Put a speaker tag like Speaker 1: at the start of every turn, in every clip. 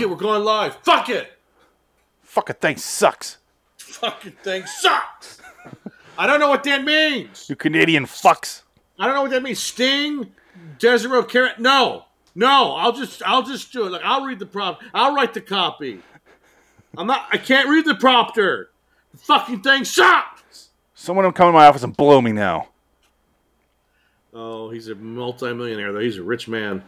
Speaker 1: it, we're going live. Fuck it.
Speaker 2: Fucking thing sucks.
Speaker 1: Fucking thing sucks. I don't know what that means.
Speaker 2: You Canadian fucks.
Speaker 1: I don't know what that means. Sting, Desiree Carrot. No, no. I'll just, I'll just do it. Like I'll read the prompt. I'll write the copy. I'm not. I can't read the prompter. The fucking thing sucks.
Speaker 2: Someone will come in my office and blow me now.
Speaker 1: Oh, he's a multimillionaire though. He's a rich man.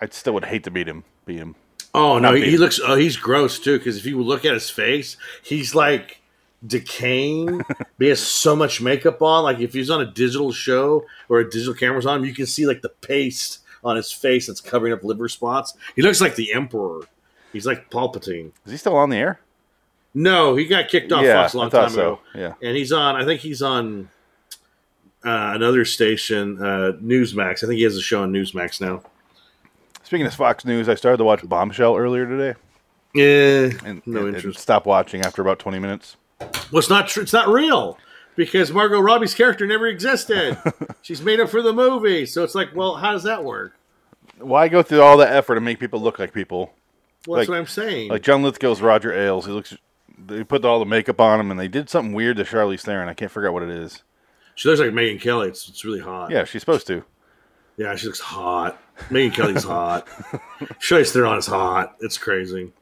Speaker 2: I still would hate to beat him. Beat him.
Speaker 1: Oh no,
Speaker 2: Not
Speaker 1: he, he
Speaker 2: beer.
Speaker 1: looks. Oh, he's gross too. Because if you look at his face, he's like decaying. but he has so much makeup on. Like if he's on a digital show or a digital camera's on him, you can see like the paste on his face that's covering up liver spots. He looks like the emperor. He's like Palpatine.
Speaker 2: Is he still on the air?
Speaker 1: No, he got kicked off
Speaker 2: yeah,
Speaker 1: Fox a long
Speaker 2: I thought
Speaker 1: time
Speaker 2: so.
Speaker 1: ago,
Speaker 2: Yeah.
Speaker 1: and he's on. I think he's on uh, another station, uh, Newsmax. I think he has a show on Newsmax now.
Speaker 2: Speaking of Fox News, I started to watch Bombshell earlier today,
Speaker 1: Yeah,
Speaker 2: and,
Speaker 1: Eh, no
Speaker 2: and- and
Speaker 1: interest.
Speaker 2: stopped watching after about twenty minutes.
Speaker 1: Well, it's not true. It's not real because Margot Robbie's character never existed. She's made up for the movie, so it's like, well, how does that work?
Speaker 2: Why go through all that effort to make people look like people?
Speaker 1: Well, that's
Speaker 2: Like-
Speaker 1: what I'm saying.
Speaker 2: Like John Lithgow's Roger Ailes. He looks. They put all the makeup on him, and they did something weird to Charlize Theron. I can't figure out what it is.
Speaker 1: she looks like Megan Kelly. It's, it's really hot.
Speaker 2: Yeah, she's supposed to.
Speaker 1: yeah, she looks hot. Megan Kelly's hot. Charlize Theron is hot. It's crazy.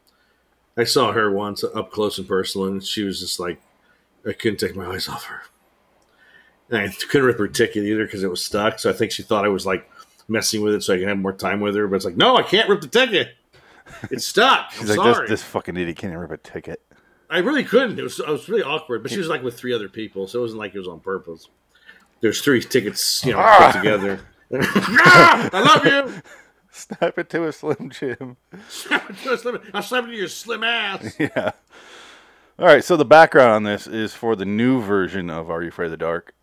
Speaker 1: I saw her once up close and personal, and she was just like, I couldn't take my eyes off her, and I couldn't rip her ticket either because it was stuck. So I think she thought I was like messing with it so I can have more time with her. But it's like, no, I can't rip the ticket. It's stuck. I'm
Speaker 2: She's like
Speaker 1: sorry.
Speaker 2: this. This fucking idiot can't rip a ticket.
Speaker 1: I really couldn't. It was I was really awkward, but she was like with three other people, so it wasn't like it was on purpose. There's three tickets, you know,
Speaker 2: Ah.
Speaker 1: put together. Ah, I love you.
Speaker 2: Snap it to a slim Jim.
Speaker 1: I'm slapping to your slim ass.
Speaker 2: Yeah. All right. So the background on this is for the new version of Are You Afraid of the Dark?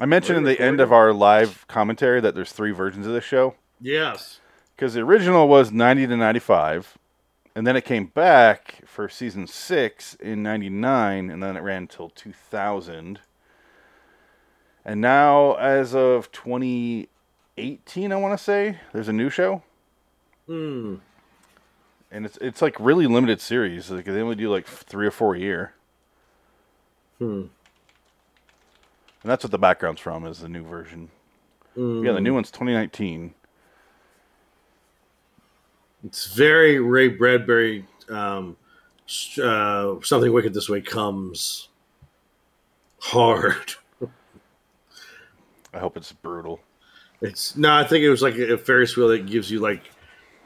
Speaker 2: I mentioned in the end of our live commentary that there's three versions of this show
Speaker 1: Yes.
Speaker 2: because the original was 90 to 95, and then it came back for season six in 99, and then it ran until 2000. And now, as of 2018, I want to say there's a new show,
Speaker 1: Hmm.
Speaker 2: and it's it's like really limited series. Like they only do like three or four a year.
Speaker 1: Hmm.
Speaker 2: And that's what the background's from is the new version.
Speaker 1: Hmm.
Speaker 2: Yeah, the new one's 2019.
Speaker 1: It's very Ray Bradbury. Um, s- uh, something wicked this way comes hard.
Speaker 2: I hope it's brutal.
Speaker 1: It's no, I think it was like a Ferris wheel that gives you like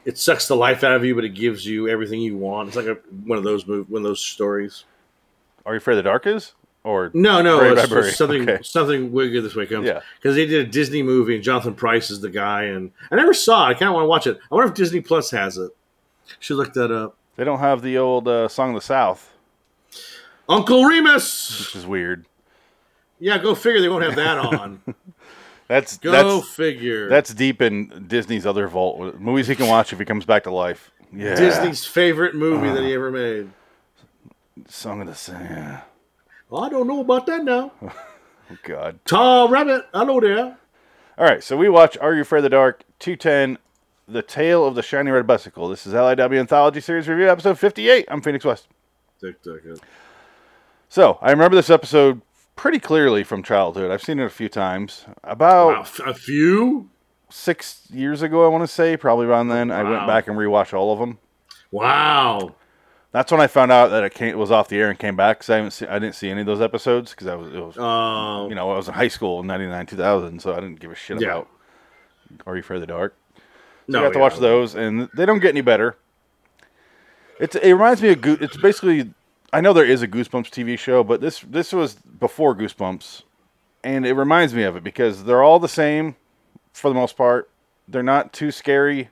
Speaker 1: it sucks the life out of you, but it gives you everything you want. It's like a, one of those move, one of those stories.
Speaker 2: Are you afraid of the dark is? Or
Speaker 1: No, no,
Speaker 2: Ray
Speaker 1: it's,
Speaker 2: Bradbury,
Speaker 1: it's something
Speaker 2: okay.
Speaker 1: something wicked this way comes.
Speaker 2: Yeah.
Speaker 1: because they did a Disney movie and Jonathan Price is the guy, and I never saw it. I kind of want to watch it. I wonder if Disney Plus has it. Should look that up.
Speaker 2: they don't have the old uh, song of the South,
Speaker 1: Uncle Remus.
Speaker 2: which is weird.
Speaker 1: Yeah, go figure. They won't have that on.
Speaker 2: That's
Speaker 1: Go
Speaker 2: that's
Speaker 1: figure.
Speaker 2: that's deep in Disney's other vault. uh, Movies he can watch if he comes back to life. Yeah,
Speaker 1: Disney's favorite movie that he ever made.
Speaker 2: song of the South. Yeah.
Speaker 1: I don't know about that now.
Speaker 2: Oh God.
Speaker 1: Tom Rabbit. I know that.
Speaker 2: All right, so we watch Are You Afraid of the Dark 210, The Tale of the Shiny Red Bicycle. This is LIW Anthology Series Review, episode 58. I'm Phoenix West.
Speaker 1: Tick, tick, tick.
Speaker 2: So I remember this episode pretty clearly from childhood. I've seen it a few times. About
Speaker 1: Wow, f- a few?
Speaker 2: six years ago, I want to say, probably around then. I
Speaker 1: Wow.
Speaker 2: went back and rewatched all of them.
Speaker 1: Wow.
Speaker 2: That's when I found out that it, came, it was off the air and came back because I haven't see, I didn't see any of those episodes because I was, it was
Speaker 1: Um,
Speaker 2: you know I was in high school in '99 2000, so I didn't give a shit
Speaker 1: Yeah.
Speaker 2: about Are You Afraid of the Dark.
Speaker 1: no,
Speaker 2: you have to
Speaker 1: yeah.
Speaker 2: watch those, and they don't get any better. It's it reminds me of Goo it's basically I know there is a Goosebumps TV show, but this this was before Goosebumps, and it reminds me of it because they're all the same for the most part. They're not too scary,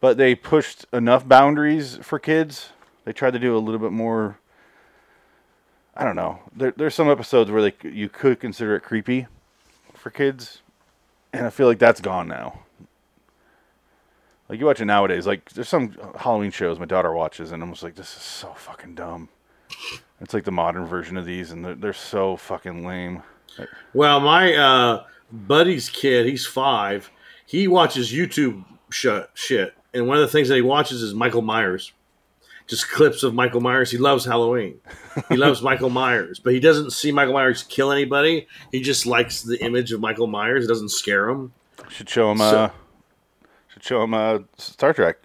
Speaker 2: but they pushed enough boundaries for kids. They tried to do a little bit more. I don't know. There, there's some episodes where they c- you could consider it creepy for kids, and I feel like that's gone now. Like you watch it nowadays, like there's some Halloween shows my daughter watches, and I'm just like, this is so fucking dumb. It's like the modern version of these, and they're, they're so fucking lame.
Speaker 1: Well, my uh, buddy's kid, he's five. He watches YouTube sh- shit, and one of the things that he watches is Michael Myers. just clips of Michael Myers. He loves Halloween. He loves Michael Myers, but he doesn't see Michael Myers kill anybody. He just likes the image of Michael Myers. It doesn't scare him.
Speaker 2: Should show him.
Speaker 1: So-
Speaker 2: uh, should show him uh, Star Trek.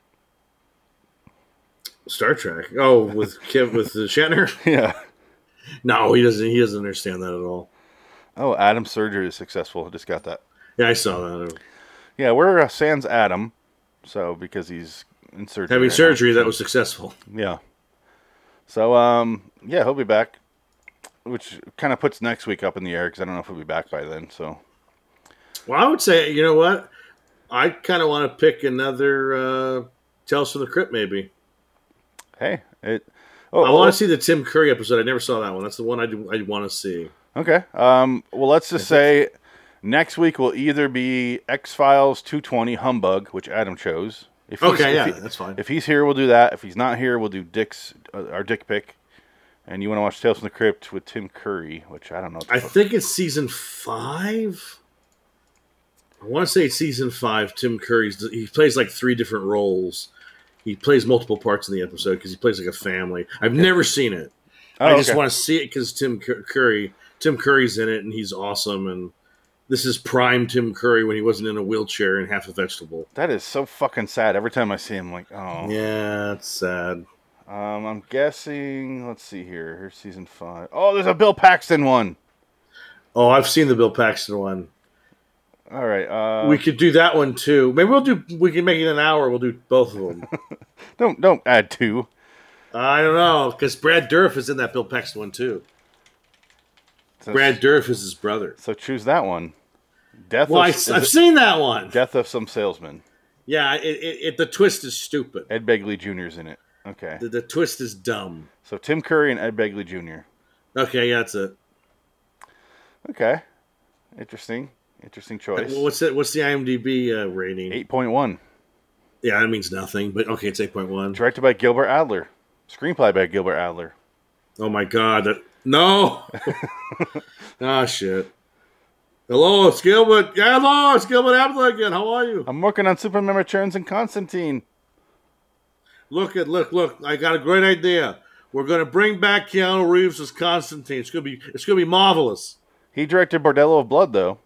Speaker 1: Star Trek. Oh, with Kev with the Shatner.
Speaker 2: Yeah.
Speaker 1: No, he doesn't. He doesn't understand that at all.
Speaker 2: Oh, Adam's surgery is successful. Just got that.
Speaker 1: Yeah, I saw that.
Speaker 2: Yeah, we're uh, sans Adam, so because he's in surgery.
Speaker 1: Having
Speaker 2: right now.
Speaker 1: surgery that was successful.
Speaker 2: Yeah. So um, yeah, he'll be back, which kind of puts next week up in the air because I don't know if he'll be back by then. So
Speaker 1: Well, I would say you know what. I kind of want to pick another uh, Tales from the Crypt, maybe.
Speaker 2: hey, it. Oh,
Speaker 1: I want to see the Tim Curry episode. I never saw that one. That's the one I do. I want to see.
Speaker 2: Okay. Um, well, let's just say next week will either be X Files 220 Humbug, which Adam chose. If he's-
Speaker 1: Okay, yeah,
Speaker 2: if he-
Speaker 1: that's fine.
Speaker 2: If he's here, we'll do that. If he's not here, we'll do Dick's uh, our Dick pick. And you want to watch Tales from the Crypt with Tim Curry, which I don't know. what the
Speaker 1: I
Speaker 2: fuck-
Speaker 1: think it's season five. I want to say it's season five. Tim Curry's he plays like three different roles. He plays multiple parts in the episode because he plays like a family. I've never seen it.
Speaker 2: Oh,
Speaker 1: I just
Speaker 2: okay.
Speaker 1: want to see it because Tim Cur- Curry, Tim Curry's in it, and he's awesome. And this is prime Tim Curry when he wasn't in a wheelchair and half a vegetable.
Speaker 2: That is so fucking sad. Every time I see him, like, oh.
Speaker 1: Yeah, it's sad.
Speaker 2: Um, I'm guessing. Let's see here. Here's season five. Oh, there's a Bill Paxton one.
Speaker 1: Oh, I've seen the Bill Paxton one.
Speaker 2: All right. Uh,
Speaker 1: we could do that one too. Maybe we'll do. We can make it an hour. We'll do both of them.
Speaker 2: don't don't add two.
Speaker 1: I don't know because Brad Dourif is in that Bill Paxton one too.
Speaker 2: So-
Speaker 1: Brad Dourif is his brother.
Speaker 2: So choose that one. Death.
Speaker 1: Well, I,
Speaker 2: of,
Speaker 1: have seen that one.
Speaker 2: Death of some salesman.
Speaker 1: Yeah, it, it, it, the twist is stupid.
Speaker 2: Ed Begley Jr.'s in it. Okay.
Speaker 1: The, the twist is dumb.
Speaker 2: So Tim Curry and Ed Begley Jr.
Speaker 1: Okay, yeah, that's it.
Speaker 2: Okay. Interesting. Interesting choice.
Speaker 1: What's it? What's the IMDb uh, rating?
Speaker 2: 8.1.
Speaker 1: Yeah, that means nothing. But okay, it's eight point one.
Speaker 2: Directed by Gilbert Adler. Screenplay by Gilbert Adler.
Speaker 1: Oh my god! That, no. Ah shit. Hello, it's Gilbert. Yeah, hello, it's Gilbert Adler again. How are you?
Speaker 2: I'm working on Superman Returns and Constantine.
Speaker 1: Look at look look! I got a great idea. We're gonna bring back Keanu Reeves as Constantine. It's gonna be it's gonna be marvelous.
Speaker 2: He directed Bordello of Blood, though.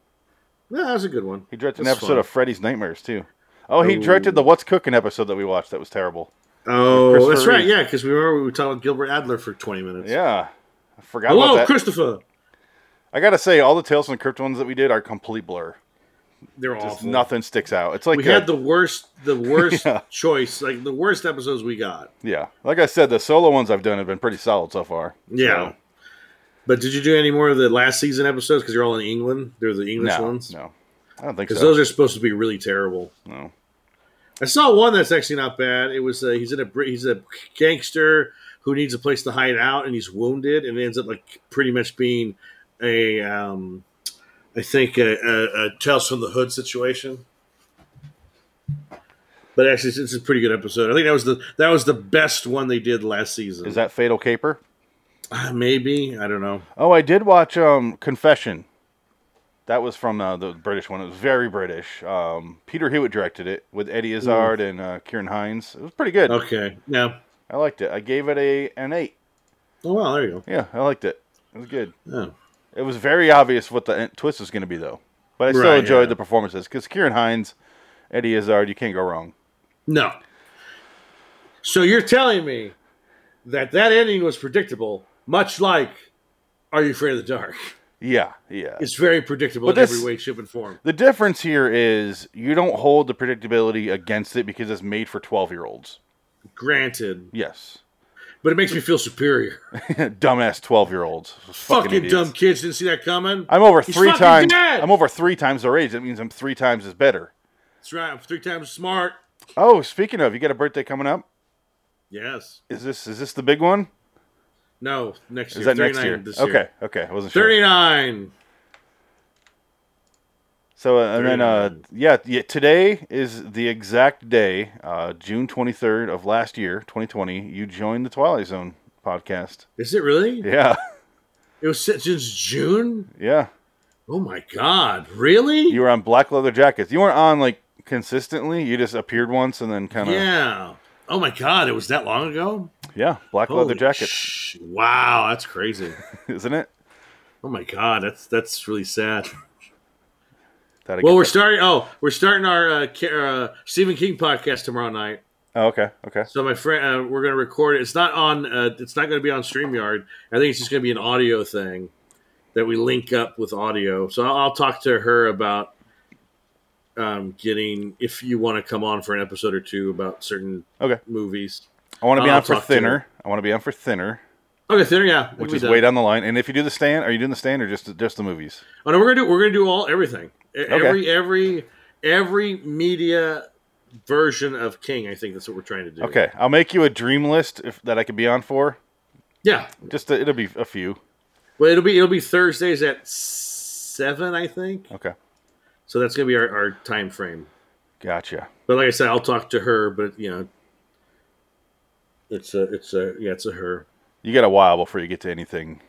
Speaker 1: Yeah, that's a good one.
Speaker 2: He directed an
Speaker 1: That's
Speaker 2: episode
Speaker 1: fun.
Speaker 2: of Freddy's Nightmares, too. Oh, he directed the What's Cooking episode that we watched. That was terrible.
Speaker 1: Oh,
Speaker 2: Christopher
Speaker 1: that's right.
Speaker 2: Reeve.
Speaker 1: Yeah, because we remember we were talking about Gilbert Adler for twenty minutes.
Speaker 2: Yeah. I forgot about
Speaker 1: Hello,
Speaker 2: that.
Speaker 1: Christopher.
Speaker 2: I got to say, all the Tales from the Crypt ones that we did are complete blur.
Speaker 1: They're
Speaker 2: Just
Speaker 1: awful.
Speaker 2: nothing sticks out. It's like
Speaker 1: We
Speaker 2: a-
Speaker 1: had the worst, the worst
Speaker 2: Yeah.
Speaker 1: choice, like the worst episodes we got.
Speaker 2: Yeah, like I said, the solo ones I've done have been pretty solid so far.
Speaker 1: Yeah.
Speaker 2: So,
Speaker 1: But did you do any more of the last season episodes? Because they're all in England. They're the English
Speaker 2: no,
Speaker 1: ones.
Speaker 2: no, I don't think so.
Speaker 1: Because those are supposed to be really terrible.
Speaker 2: no.
Speaker 1: I saw one that's actually not bad. It was uh, he's in a br- he's a gangster who needs a place to hide out, and he's wounded, and it ends up like pretty much being a um, I think a, a, a Tales from the Hood situation. But actually, it's, it's a pretty good episode. I think that was the that was the best one they did last season.
Speaker 2: Is that Fatal Caper?
Speaker 1: Uh, maybe I don't know.
Speaker 2: Oh, I did watch um, Confession. That was from uh, the British one. It was very British. Um, Peter Hewitt directed it with Eddie Izzard and uh, Kieran Hines. It was pretty good.
Speaker 1: Okay, yeah.
Speaker 2: I liked it. I gave it a an eight.
Speaker 1: Oh well, there you
Speaker 2: Yeah, I liked it. It was good.
Speaker 1: go. Yeah.
Speaker 2: It was very obvious what the en- twist was going to be, though. But I still
Speaker 1: Right,
Speaker 2: enjoyed
Speaker 1: yeah.
Speaker 2: the performances because Kieran Hines, Eddie Izzard, you can't go wrong.
Speaker 1: No. So you're telling me that that ending was predictable, much like Are You Afraid of the Dark?
Speaker 2: Yeah, yeah.
Speaker 1: It's very predictable
Speaker 2: But
Speaker 1: in
Speaker 2: this-
Speaker 1: every way, shape, and form.
Speaker 2: The difference here is you don't hold the predictability against it because it's made for 12 year olds.
Speaker 1: Granted,
Speaker 2: Yes.
Speaker 1: but it makes me feel superior.
Speaker 2: Dumbass 12 year olds.
Speaker 1: Fucking, dumb kids didn't see that coming.
Speaker 2: I'm over
Speaker 1: He's
Speaker 2: three
Speaker 1: fucking
Speaker 2: times.
Speaker 1: dead!
Speaker 2: I'm over three times their age. That means I'm three times as better.
Speaker 1: That's right. I'm three times smart.
Speaker 2: Oh, speaking of, you got a birthday coming up?
Speaker 1: Yes.
Speaker 2: Is this is this the big one?
Speaker 1: No. Next
Speaker 2: Is
Speaker 1: year.
Speaker 2: that next year?
Speaker 1: This
Speaker 2: okay,
Speaker 1: year.
Speaker 2: okay. I wasn't sure.
Speaker 1: Thirty-nine.
Speaker 2: So uh, and then uh,
Speaker 1: 39.
Speaker 2: yeah, yeah, today is the exact day, uh, June 23rd of last year, 2020. You joined the Twilight Zone podcast.
Speaker 1: Is it really?
Speaker 2: Yeah,
Speaker 1: It was since since June.
Speaker 2: yeah.
Speaker 1: Oh my God! Really?
Speaker 2: You were on black leather jackets. You weren't on like consistently. You just appeared once and then kind of.
Speaker 1: yeah. Oh my God! It was that long ago.
Speaker 2: Yeah, black leather
Speaker 1: Holy
Speaker 2: jackets,
Speaker 1: sh- wow, that's crazy.
Speaker 2: isn't it?
Speaker 1: Oh my god, that's that's really sad.
Speaker 2: That
Speaker 1: Well, we're starting. Oh, we're starting our uh, Ca- uh, Stephen King podcast tomorrow night.
Speaker 2: oh, okay, okay.
Speaker 1: So my friend, uh, we're going to record it. It's not on. Uh, it's not going to be on Streamyard. I think it's just going to be an audio thing that we link up with audio. So I'll, I'll talk to her about um, getting if you want to come on for an episode or two about certain
Speaker 2: Okay.
Speaker 1: movies.
Speaker 2: I want to be
Speaker 1: I'll
Speaker 2: on for
Speaker 1: talk to
Speaker 2: thinner. I want to be on for thinner,
Speaker 1: Okay, there, yeah,
Speaker 2: which
Speaker 1: we
Speaker 2: is
Speaker 1: done.
Speaker 2: way down the line. And if you do the stand, are you doing the stand or just just the movies?
Speaker 1: Oh, no, we're gonna do we're gonna do all everything. E- Every every every media version of King. I think that's what we're trying to do.
Speaker 2: Okay, I'll make you a dream list if, that I could be on for.
Speaker 1: Yeah.
Speaker 2: Just to, it'll be a few.
Speaker 1: Well, it'll be it'll be Thursdays at seven, I think.
Speaker 2: Okay,
Speaker 1: So that's gonna be our, our time frame.
Speaker 2: gotcha.
Speaker 1: But like I said, I'll talk to her. But you know, it's a it's a yeah, it's a her.
Speaker 2: You got a while before you get to anything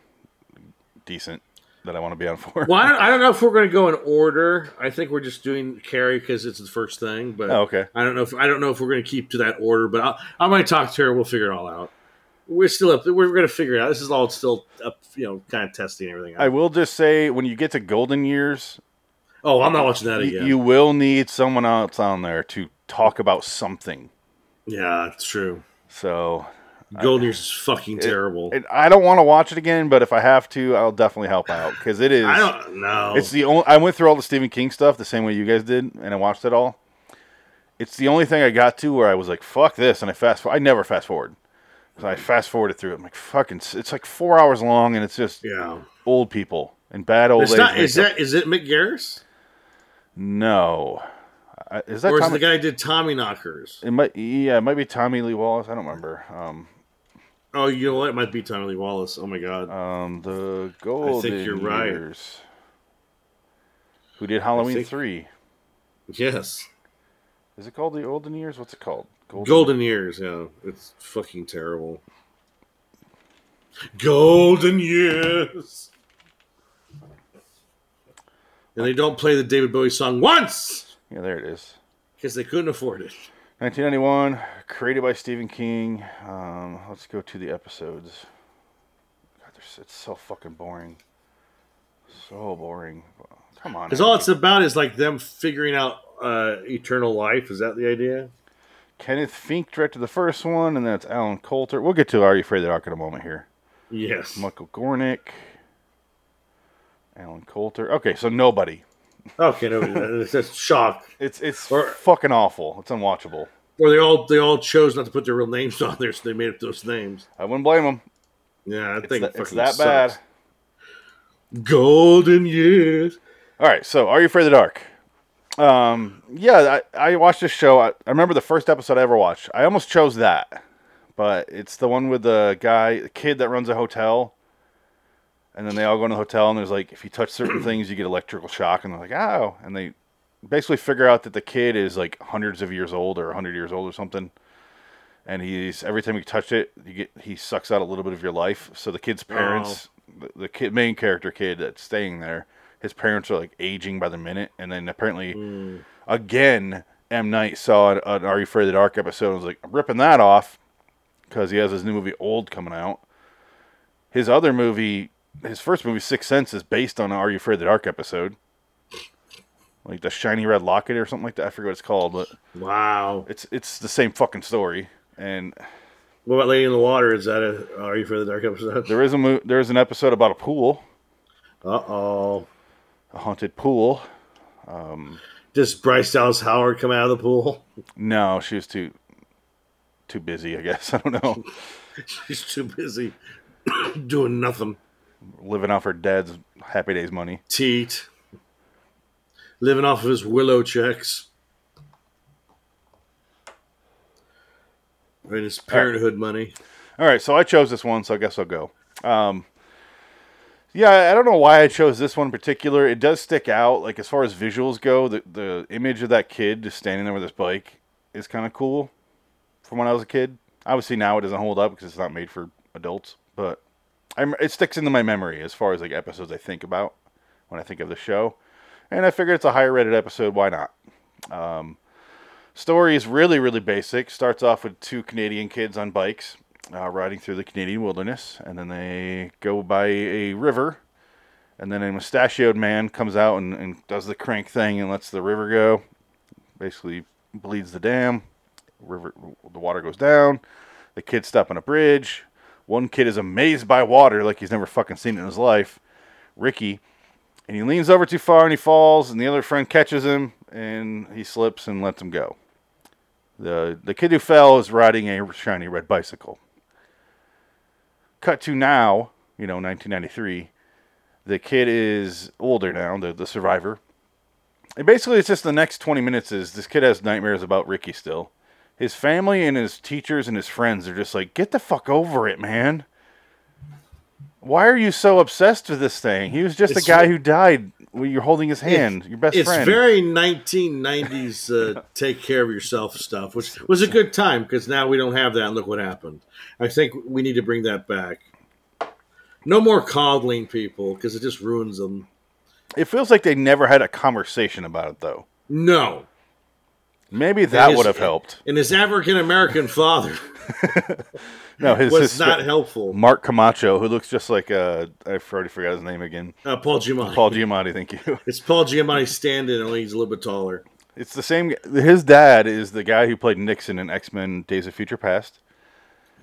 Speaker 2: decent that I want to be on for.
Speaker 1: Well, I don't, I don't know if we're gonna go in order. I think we're just doing Carrie because it's the first thing. But
Speaker 2: Oh, okay.
Speaker 1: I don't know if I don't know if we're gonna keep to that order. But I'll, I might talk to her. We'll figure it all out. We're still up. We're gonna figure it out. This is all still up. You know, kind of testing everything.
Speaker 2: I
Speaker 1: Out.
Speaker 2: will just say when you get to golden years,
Speaker 1: oh, I'm not watching that
Speaker 2: y-
Speaker 1: again.
Speaker 2: you will need someone else on there to talk about something.
Speaker 1: yeah, that's true.
Speaker 2: So
Speaker 1: Golden Years is fucking terrible.
Speaker 2: and I don't want to watch it again, but if I have to, I'll definitely help out because it is.
Speaker 1: I don't know.
Speaker 2: It's the only. I went through all the Stephen King stuff the same way you guys did, and I watched it all. It's the only thing I got to where I was like, "Fuck this," and I fast. I never fast forward. So I fast forwarded through it. I'm like, "Fucking," s- it's like four hours long, and it's just
Speaker 1: yeah.
Speaker 2: old people and bad old
Speaker 1: It's
Speaker 2: age.
Speaker 1: not, is
Speaker 2: makeup.
Speaker 1: that is it Mick Garris
Speaker 2: no? I- Is that
Speaker 1: or is
Speaker 2: Tommy?
Speaker 1: it the guy who did Tommy Knockers?
Speaker 2: it might. Yeah, it might be Tommy Lee Wallace. I don't remember. Um,
Speaker 1: Oh, you know what? It might be Tommy Lee Wallace. Oh my god.
Speaker 2: Um, the golden
Speaker 1: you're right.
Speaker 2: years. Who did Halloween
Speaker 1: think-
Speaker 2: three?
Speaker 1: yes.
Speaker 2: Is it called the Golden Years? What's it called?
Speaker 1: Golden Years, yeah. It's fucking terrible. Golden Years. And they don't play the David Bowie song once
Speaker 2: Yeah, there it is.
Speaker 1: because they couldn't afford it.
Speaker 2: 1991, created by Stephen King. Um, let's go to the episodes. God, there's, it's so fucking boring. So boring. Come on.
Speaker 1: Because all
Speaker 2: everybody.
Speaker 1: it's about is like them figuring out uh, eternal life. Is that the idea?
Speaker 2: Kenneth Fink directed the first one, and then it's Alan Coulter. We'll get to Are You Afraid of the Dark in a moment here.
Speaker 1: Yes.
Speaker 2: Michael Gornick, Alan Coulter. Okay, so nobody.
Speaker 1: Okay, no, it's just shock.
Speaker 2: It's it's
Speaker 1: Or-
Speaker 2: fucking awful. It's unwatchable.
Speaker 1: Or they all they all chose not to put their real names on there, so they made up those names.
Speaker 2: I wouldn't blame them.
Speaker 1: Yeah, I
Speaker 2: It's,
Speaker 1: think
Speaker 2: tha-
Speaker 1: it
Speaker 2: it's
Speaker 1: fucking
Speaker 2: that
Speaker 1: sucks.
Speaker 2: bad.
Speaker 1: Golden Years.
Speaker 2: All right, so Are You Afraid of the Dark? Um, yeah, I, I watched this show. I, I remember the first episode I ever watched. I almost chose that, but it's the one with the guy, the kid that runs a hotel. And then they all go into the hotel, and there's like, if you touch certain things, you get electrical shock. And they're like, oh. And they basically figure out that the kid is like hundreds of years old or 100 years old or something. And he's every time you touch it, you get he sucks out a little bit of your life. So the kid's parents, the, the kid main character kid that's staying there, his parents are like aging by the minute. And then apparently, again, M Night saw an, an Are You Afraid of the Dark episode and was like, I'm ripping that off because he has his new movie Old coming out. His other movie, his first movie, Sixth Sense, is based on an Are You Afraid of the Dark episode. Like the shiny red locket or something like that. I forget what it's called, but
Speaker 1: Wow.
Speaker 2: it's it's the same fucking story. And
Speaker 1: What about Lady in the Water? Is that a Are You for the Dark episode?
Speaker 2: there is a mo- there is an episode about a pool,
Speaker 1: Uh oh.
Speaker 2: a haunted pool.
Speaker 1: Does Bryce Dallas Howard come out of the pool?
Speaker 2: No, she was too too busy, I guess. I don't know,
Speaker 1: She's too busy doing nothing.
Speaker 2: living off her dad's happy days money.
Speaker 1: Teat. Living off of his willow checks. And his parenthood money.
Speaker 2: All right, so I chose this one, so I guess I'll go. Um, yeah, I don't know why I chose this one in particular. It does stick out, like as far as visuals go. The the image of that kid just standing there with his bike is kind of cool. From when I was a kid, obviously now it doesn't hold up because it's not made for adults, but I'm, it sticks into my memory as far as like episodes I think about when I think of the show. And I figured it's a higher rated episode. Why not? story is really really basic starts off with two canadian kids on bikes uh, riding through the Canadian wilderness, and then they go by a river, and then a mustachioed man comes out and, and does the crank thing and lets the river go. Basically, bleeds the dam. River, the water goes down. The kids stop on a bridge. One kid is amazed by water like he's never fucking seen it in his life. Ricky, and he leans over too far and he falls, and the other friend catches him and he slips and lets him go. The the kid who fell is riding a shiny red bicycle. Cut to now, you know, 1993. The kid is older now, the, the survivor. And basically, it's just the next 20 minutes is this kid has nightmares about Ricky still. His family and his teachers and his friends are just like, get the fuck over it, man. Why are you so obsessed with this thing? He was just
Speaker 1: It's
Speaker 2: a guy
Speaker 1: ve-
Speaker 2: who died. Well, you're holding his hand, your best
Speaker 1: it's
Speaker 2: friend.
Speaker 1: very 1990s uh, take care of yourself stuff, which was a good time because now we don't have that. and Look what happened. I think we need to bring that back. No more coddling people because it just ruins them.
Speaker 2: It feels like they never had a conversation about it, though.
Speaker 1: No.
Speaker 2: Maybe that
Speaker 1: his-
Speaker 2: would have helped.
Speaker 1: And his African American father
Speaker 2: No, his,
Speaker 1: was
Speaker 2: his
Speaker 1: not helpful.
Speaker 2: Mark Camacho, who looks just like uh, I already forgot his name again.
Speaker 1: Uh, Paul Giamatti.
Speaker 2: Paul Giamatti, thank you.
Speaker 1: It's Paul Giamatti standing, only he's a little bit taller.
Speaker 2: It's the same. His dad is the guy who played Nixon in X Men: Days of Future Past,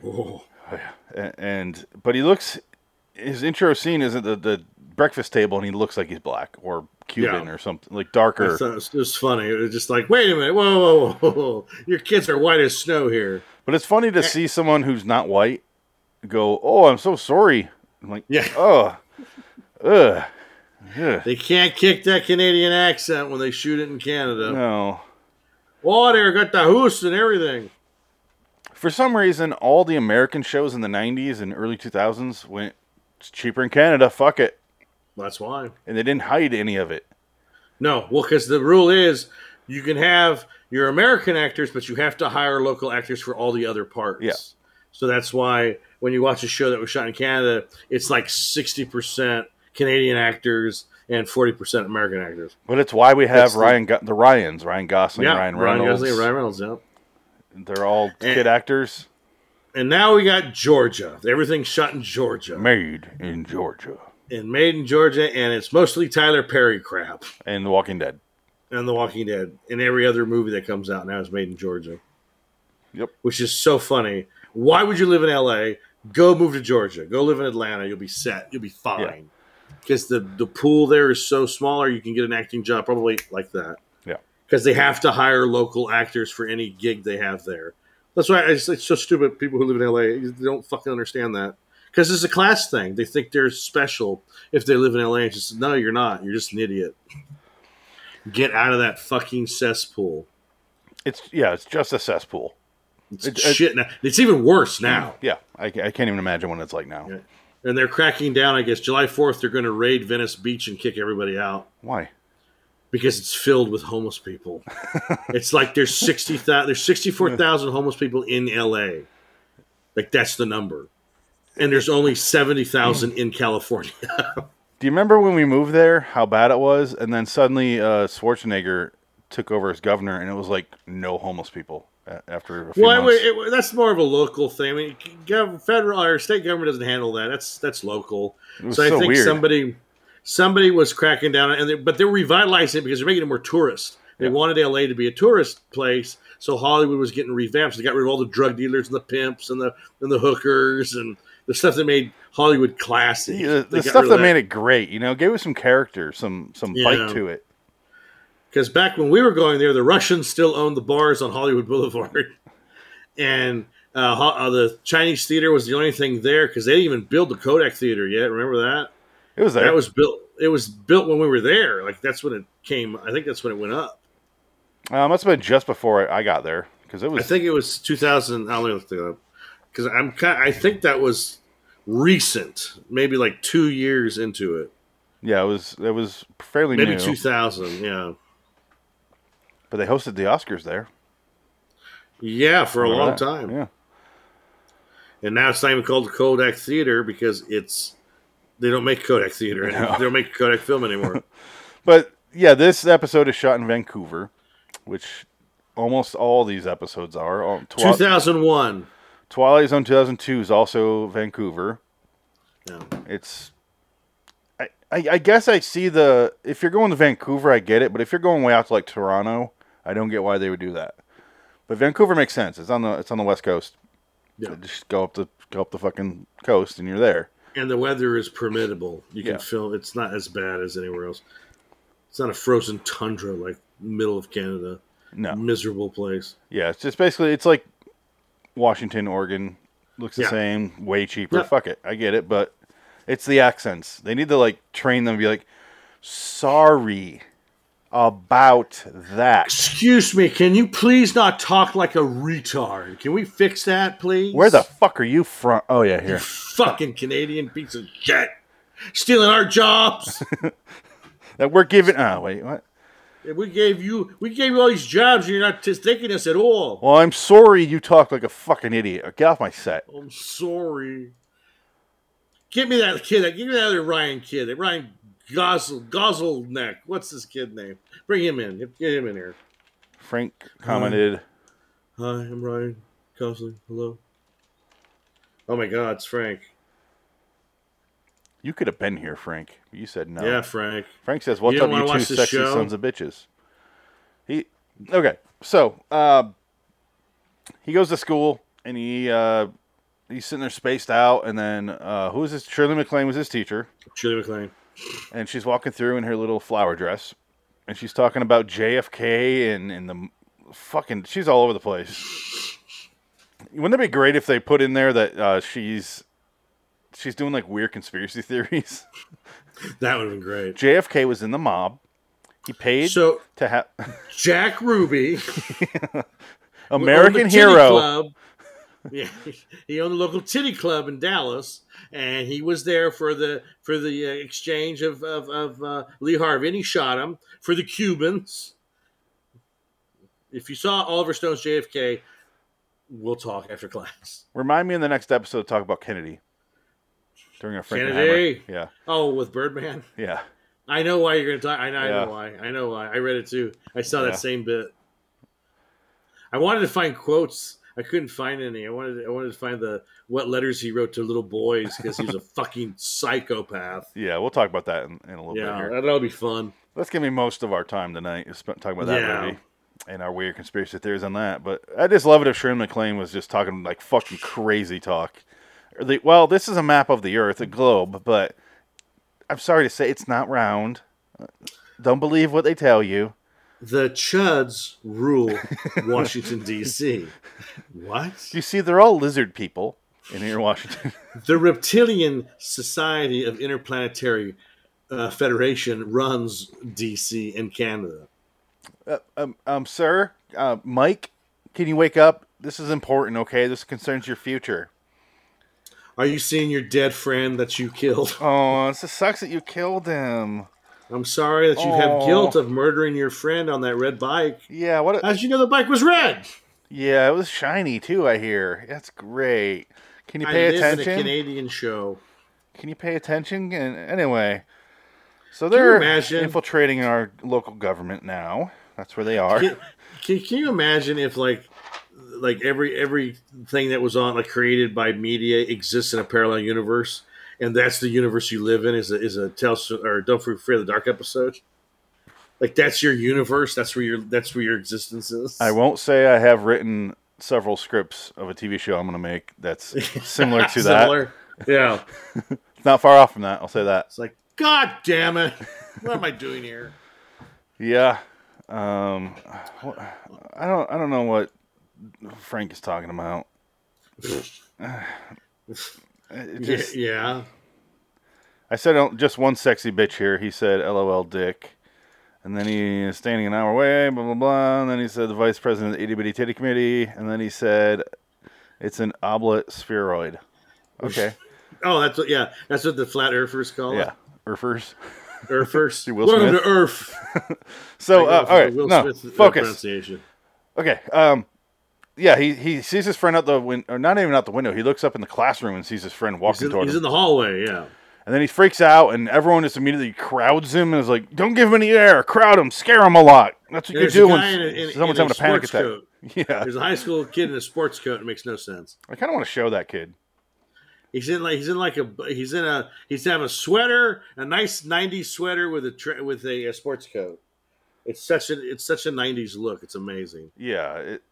Speaker 1: Oh,
Speaker 2: A- and but he looks. His intro scene is at the, the breakfast table, and he looks like he's black or Cuban
Speaker 1: Yeah.
Speaker 2: or something like
Speaker 1: I
Speaker 2: darker.
Speaker 1: thought it was, it was funny. It was just like, wait a minute, whoa, whoa, whoa, whoa. your kids are white as snow here.
Speaker 2: But it's funny to see someone who's not white go, "Oh, I'm so sorry." I'm like,
Speaker 1: Yeah.
Speaker 2: oh, ugh, ugh.
Speaker 1: They can't kick that Canadian accent when they shoot it in Canada.
Speaker 2: no.
Speaker 1: Water got the hoose and everything.
Speaker 2: For some reason, all the American shows in the 90s and early 2000s went "It's cheaper in Canada, fuck it.
Speaker 1: That's why.
Speaker 2: And they didn't hide any of it.
Speaker 1: No, well, because the rule is you can have your American actors, but you have to hire local actors for all the other parts.
Speaker 2: Yeah.
Speaker 1: So that's why when you watch a show that was shot in Canada, it's like 60% Canadian actors and 40% American actors.
Speaker 2: But it's why we have
Speaker 1: That's the-
Speaker 2: Ryan Go- the Ryans, Ryan Gosling, Ryan Reynolds.
Speaker 1: Gosling, Ryan Reynolds, yeah.
Speaker 2: They're all kid actors
Speaker 1: And now we got Georgia. Everything's shot in Georgia
Speaker 2: made in Georgia
Speaker 1: and made in Georgia, and it's mostly Tyler Perry crap.
Speaker 2: and The Walking Dead.
Speaker 1: and The Walking Dead, and every other movie that comes out now is made in Georgia.
Speaker 2: Yep.
Speaker 1: Which is so funny. Why would you live in LA? Go move to Georgia. Go live in Atlanta. You'll be set. You'll be fine. Because the, the pool there is so small, or you can get an acting job probably like that.
Speaker 2: Yeah.
Speaker 1: Because they have to hire local actors for any gig they have there. That's why I just, it's so stupid. People who live in LA, they don't fucking understand that. Because it's a class thing. They think they're special if they live in LA. It's just, no, you're not. You're just an idiot. Get out of that fucking cesspool.
Speaker 2: It's yeah, it's just a cesspool.
Speaker 1: It's
Speaker 2: It- it-
Speaker 1: shit now. It's even worse now.
Speaker 2: Yeah, I, ca- I can't even imagine what it's like now.
Speaker 1: Yeah. And they're cracking down, I guess. July 4th, they're going to raid Venice Beach and kick everybody out
Speaker 2: Why?
Speaker 1: because it's filled with homeless people. it's like there's 60,000, there's 64,000 homeless people in LA. Like that's the number. And there's only 70,000 in California.
Speaker 2: Do you remember when we moved there? How bad it was, and then suddenly uh, Schwarzenegger took over as governor, and it was like no homeless people a- after a few
Speaker 1: Well, it, wa-
Speaker 2: months.
Speaker 1: it, wa- that's more of a local thing. I mean, gov- federal or state government doesn't handle that. That's that's local.
Speaker 2: was
Speaker 1: so I
Speaker 2: so
Speaker 1: think
Speaker 2: weird.
Speaker 1: somebody somebody was cracking down, and they, but they're revitalizing it because they're making it more tourist. They
Speaker 2: Yeah.
Speaker 1: wanted LA to be a tourist place, so Hollywood was getting revamped. So they got rid of all the drug dealers and the pimps and the and the hookers and the stuff that made Hollywood classy.
Speaker 2: Yeah, the,
Speaker 1: They
Speaker 2: the
Speaker 1: got
Speaker 2: stuff
Speaker 1: rid
Speaker 2: that,
Speaker 1: of
Speaker 2: made it great, you know, gave it some character, some some
Speaker 1: Yeah.
Speaker 2: bite to it.
Speaker 1: because back when we were going there, the Russians still owned the bars on Hollywood Boulevard, and uh, ho- uh, the Chinese theater was the only thing there because they didn't even build the Kodak Theater yet. Remember that?
Speaker 2: It was there.
Speaker 1: That was built. It was built when we were there. Like that's when it came. I think that's when it went up.
Speaker 2: uh, must have been just before I, I got there because it
Speaker 1: I
Speaker 2: was.
Speaker 1: think it was 2000. I'll look that up because I'm kind. I think that was recent. Maybe like two years into it.
Speaker 2: yeah, it was. It was fairly
Speaker 1: Maybe
Speaker 2: new.
Speaker 1: 2000. Yeah.
Speaker 2: But they hosted the Oscars there
Speaker 1: Yeah, for a
Speaker 2: Remember
Speaker 1: long
Speaker 2: that?
Speaker 1: time.
Speaker 2: Yeah,
Speaker 1: and now it's not even called Kodak Theater because it's they don't make Kodak Theater anymore. They don't make Kodak film anymore.
Speaker 2: but yeah, this episode is shot in Vancouver, which almost all these episodes are. Um, 12
Speaker 1: 2001.
Speaker 2: Twilight Zone 2002 is also Vancouver.
Speaker 1: No.
Speaker 2: It's I, I I guess I see the if you're going to Vancouver, I get it, but if you're going way out to like Toronto, I don't get why they would do that. But Vancouver makes sense. It's on the it's on the west coast.
Speaker 1: Yeah.
Speaker 2: Just go up the go up the fucking coast and you're there.
Speaker 1: And the weather is permittable. You can
Speaker 2: Yeah.
Speaker 1: film. It's not as bad as anywhere else. It's not a frozen tundra like middle of Canada, Mm-hmm.
Speaker 2: No.
Speaker 1: miserable place.
Speaker 2: Yeah, it's just basically it's like Washington, Oregon. Looks the
Speaker 1: Yeah.
Speaker 2: same, way cheaper.
Speaker 1: Yeah.
Speaker 2: Fuck it. I get it, but it's the accents. They need to like train them to be like sorry about that.
Speaker 1: Excuse me. Can you please not talk like a retard? Can we fix that, please?
Speaker 2: Where the fuck are you from? Oh yeah, here.
Speaker 1: fucking Canadian piece of shit stealing our jobs?
Speaker 2: That we're giving
Speaker 1: ah,
Speaker 2: Oh, wait, what?
Speaker 1: we gave you we gave you all these jobs, and you're not just taking us at all.
Speaker 2: Well, I'm sorry you talk like a fucking idiot. Get off my set.
Speaker 1: I'm sorry. Give me that kid. Give me that other Ryan kid. That Ryan Gosel Goselneck. What's this kid name? Bring him in. Get- Get him in here.
Speaker 2: Frank commented.
Speaker 1: Hi, I'm Ryan Gosling. Hello. Oh my God, it's Frank.
Speaker 2: You could have been here, Frank. You said no.
Speaker 1: Yeah, Frank.
Speaker 2: Frank says, "What's
Speaker 1: You don't
Speaker 2: up,
Speaker 1: wanna
Speaker 2: you two
Speaker 1: watch this
Speaker 2: sexy
Speaker 1: show?
Speaker 2: sons of bitches?" He okay. So uh, he goes to school and he uh, he's sitting there spaced out. And then uh, who is this? Shirley MacLaine was his teacher,
Speaker 1: Shirley MacLaine.
Speaker 2: and she's walking through in her little flower dress, and she's talking about JFK and and the fucking. She's all over the place. Wouldn't it be great if they put in there that uh, she's she's doing like weird conspiracy theories?
Speaker 1: That would have been great.
Speaker 2: JFK was in the mob. He paid
Speaker 1: So
Speaker 2: to have
Speaker 1: Jack Ruby.
Speaker 2: American
Speaker 1: owned oh, the Titty
Speaker 2: Hero.
Speaker 1: Club. Yeah, he owned a local titty club in Dallas, and he was there for the for the uh, exchange of of, of uh, Lee Harvey, and he shot him for the Cubans. If you saw Oliver Stone's JFK, we'll talk after class.
Speaker 2: Remind me in the next episode to talk about Kennedy during our Frank and
Speaker 1: Kennedy.
Speaker 2: Hammer.
Speaker 1: Oh, with Birdman,
Speaker 2: Yeah, yeah.
Speaker 1: I know why you're going to talk. I know, I
Speaker 2: Yeah.
Speaker 1: know why. I know why. I read it too. I saw
Speaker 2: Yeah.
Speaker 1: that same bit. I wanted to find quotes. I couldn't find any. I wanted. I wanted to find the what letters he wrote to little boys because he was a fucking psychopath.
Speaker 2: Yeah, we'll talk about that in, in a little bit
Speaker 1: Yeah,
Speaker 2: here.
Speaker 1: that'll be fun.
Speaker 2: That's gonna be most of our time tonight is spent talking about that
Speaker 1: Yeah.
Speaker 2: movie and our weird conspiracy theories on that. But I just love it if Sharon McLean was just talking like fucking crazy talk. Or the- well, this is a map of the Earth, a globe, but I'm sorry to say it's not round. Don't believe what they tell you.
Speaker 1: The Chuds rule Washington D.C. What?
Speaker 2: You see, they're all lizard people in here in Washington.
Speaker 1: The Reptilian Society of Interplanetary uh, Federation runs D.C. and Canada.
Speaker 2: um, um, sir, uh, Mike, can you wake up? This is important, okay? This concerns your future.
Speaker 1: Are you seeing your dead friend that you killed?
Speaker 2: Oh, it sucks that you killed him.
Speaker 1: I'm sorry that you have
Speaker 2: Aw.
Speaker 1: guilt of murdering your friend on that red bike.
Speaker 2: Yeah, what? A,
Speaker 1: As you know, the bike was red.
Speaker 2: yeah, it was shiny too. I hear. That's great. Can you
Speaker 1: I
Speaker 2: pay
Speaker 1: live in a
Speaker 2: attention?
Speaker 1: Canadian show.
Speaker 2: Can you pay attention? And anyway, so
Speaker 1: you
Speaker 2: they're
Speaker 1: imagine?
Speaker 2: infiltrating our local government now. That's where they are.
Speaker 1: Can, can, can you imagine if like like every everything that was on like created by media exists in a parallel universe, and that's the universe you live in is a, is a tell or don't Be fear the dark episode. Like that's your universe. That's where your that's where your existence is.
Speaker 2: I won't say I have written several scripts of a TV show I'm going to make that's similar to that.
Speaker 1: Similar. Yeah.
Speaker 2: It's not far off from that. I'll say that.
Speaker 1: It's like God damn it! What am I doing here?
Speaker 2: Yeah. Um, wh- I don't. I don't know what Frank is talking about. It
Speaker 1: Yeah,
Speaker 2: just-
Speaker 1: yeah.
Speaker 2: I said uh, just one sexy bitch here. He said, "LOL, dick," and then he is standing an hour away. Blah blah blah. And then he said, "The vice president of the itty bitty titty committee," and then he said, "It's an oblate spheroid." Okay.
Speaker 1: Oh, that's what. Yeah, that's what the flat earthers call
Speaker 2: yeah.
Speaker 1: it.
Speaker 2: Refers.
Speaker 1: Earthers.
Speaker 2: Will
Speaker 1: Welcome
Speaker 2: Smith.
Speaker 1: to Earth.
Speaker 2: So uh, all right.
Speaker 1: Will
Speaker 2: No.
Speaker 1: Smith, uh,
Speaker 2: Focus.
Speaker 1: pronunciation.
Speaker 2: Okay. Um, yeah, he, he sees his friend out the window, or not even out the window. He looks up in the classroom and sees his friend
Speaker 1: He's,
Speaker 2: walking
Speaker 1: in,
Speaker 2: toward
Speaker 1: he's
Speaker 2: him.
Speaker 1: in the hallway. Yeah.
Speaker 2: and then he freaks out, and everyone just immediately crowds him and is like, don't give him any air. Crowd him. Scare him a lot. That's what you
Speaker 1: There's
Speaker 2: do
Speaker 1: a
Speaker 2: when
Speaker 1: guy in a- in-
Speaker 2: someone's
Speaker 1: in a
Speaker 2: having a panic
Speaker 1: sports
Speaker 2: attack.
Speaker 1: coat.
Speaker 2: Yeah.
Speaker 1: There's a high school kid in a sports coat. It makes no sense.
Speaker 2: I kind of want to show that kid.
Speaker 1: He's in like he's in like a he's in a he's have a sweater, a nice '90s sweater with a tra- with a, a sports coat. It's such a it's such a '90s look. It's amazing.
Speaker 2: Yeah. It,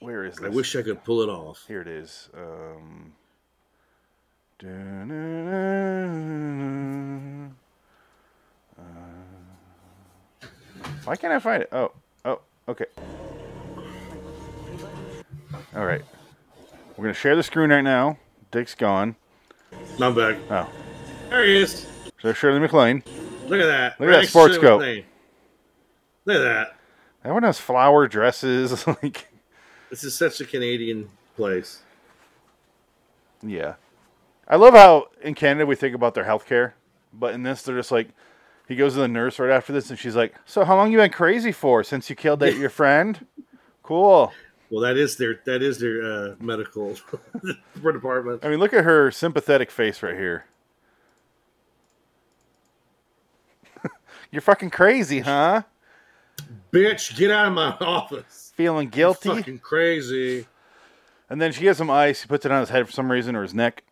Speaker 2: where is this?
Speaker 1: I wish I could pull it off.
Speaker 2: Here it is. Um, da-na-na-na. Uh, why can't I find it? Oh, oh, okay. All right. We're going to share the screen right now. Dick's gone.
Speaker 1: Not back.
Speaker 2: Oh,
Speaker 1: There he is.
Speaker 2: so Shirley McLean.
Speaker 1: Look at that.
Speaker 2: Look at that sports coat.
Speaker 1: Thing. Look at that.
Speaker 2: That one has flower dresses. like,
Speaker 1: This is such a Canadian place.
Speaker 2: yeah. I love how in Canada we think about their health care, but in this they're just like, he goes to the nurse right after this and she's like, So how long you been crazy for since you killed that, your friend? Cool.
Speaker 1: Well, that is their that is their uh, medical department.
Speaker 2: I mean, look at her sympathetic face right here. You're fucking crazy, huh?
Speaker 1: Bitch, get out of my office.
Speaker 2: Feeling
Speaker 1: You're
Speaker 2: guilty.
Speaker 1: Fucking crazy.
Speaker 2: And then she gives him ice. He puts it on his head for some reason or his neck.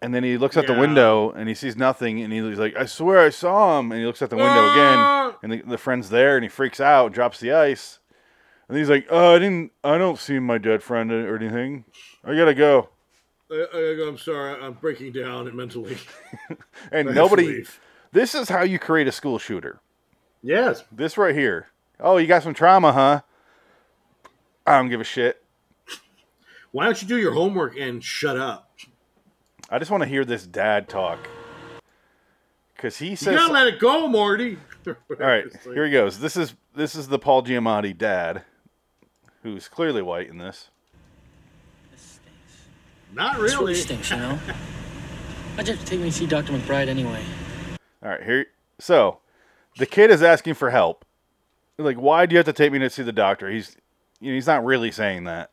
Speaker 2: And then he looks out the
Speaker 1: Yeah.
Speaker 2: window and he sees nothing. And he's like, I swear I saw him. And he looks out the window again.
Speaker 1: Ah!
Speaker 2: And the, the friend's there and he freaks out, drops the ice. And he's like, Oh, I didn't, I don't see my dead friend or anything. I gotta go.
Speaker 1: I, I, Uh, I'm sorry. I'm breaking down mentally.
Speaker 2: And
Speaker 1: I have to
Speaker 2: nobody,
Speaker 1: leave.
Speaker 2: this is how you create a school shooter.
Speaker 1: Yes.
Speaker 2: This right here. Oh, you got some trauma, huh? I don't give a shit.
Speaker 1: Why don't you do your homework and shut up?
Speaker 2: I just want to hear this dad talk. Cause he
Speaker 1: You
Speaker 2: says,
Speaker 1: gotta let it go, Morty.
Speaker 2: "All right, here he goes." This is this is the Paul Giamatti dad, who's clearly white in this.
Speaker 1: Not
Speaker 3: This really
Speaker 1: really.
Speaker 3: stinks, you know. I'd have to take me to see Dr. McBride anyway.
Speaker 2: All right, here. So, the kid is asking for help. Like, why do you have to take me to see the doctor? He's, you know, he's not really saying that.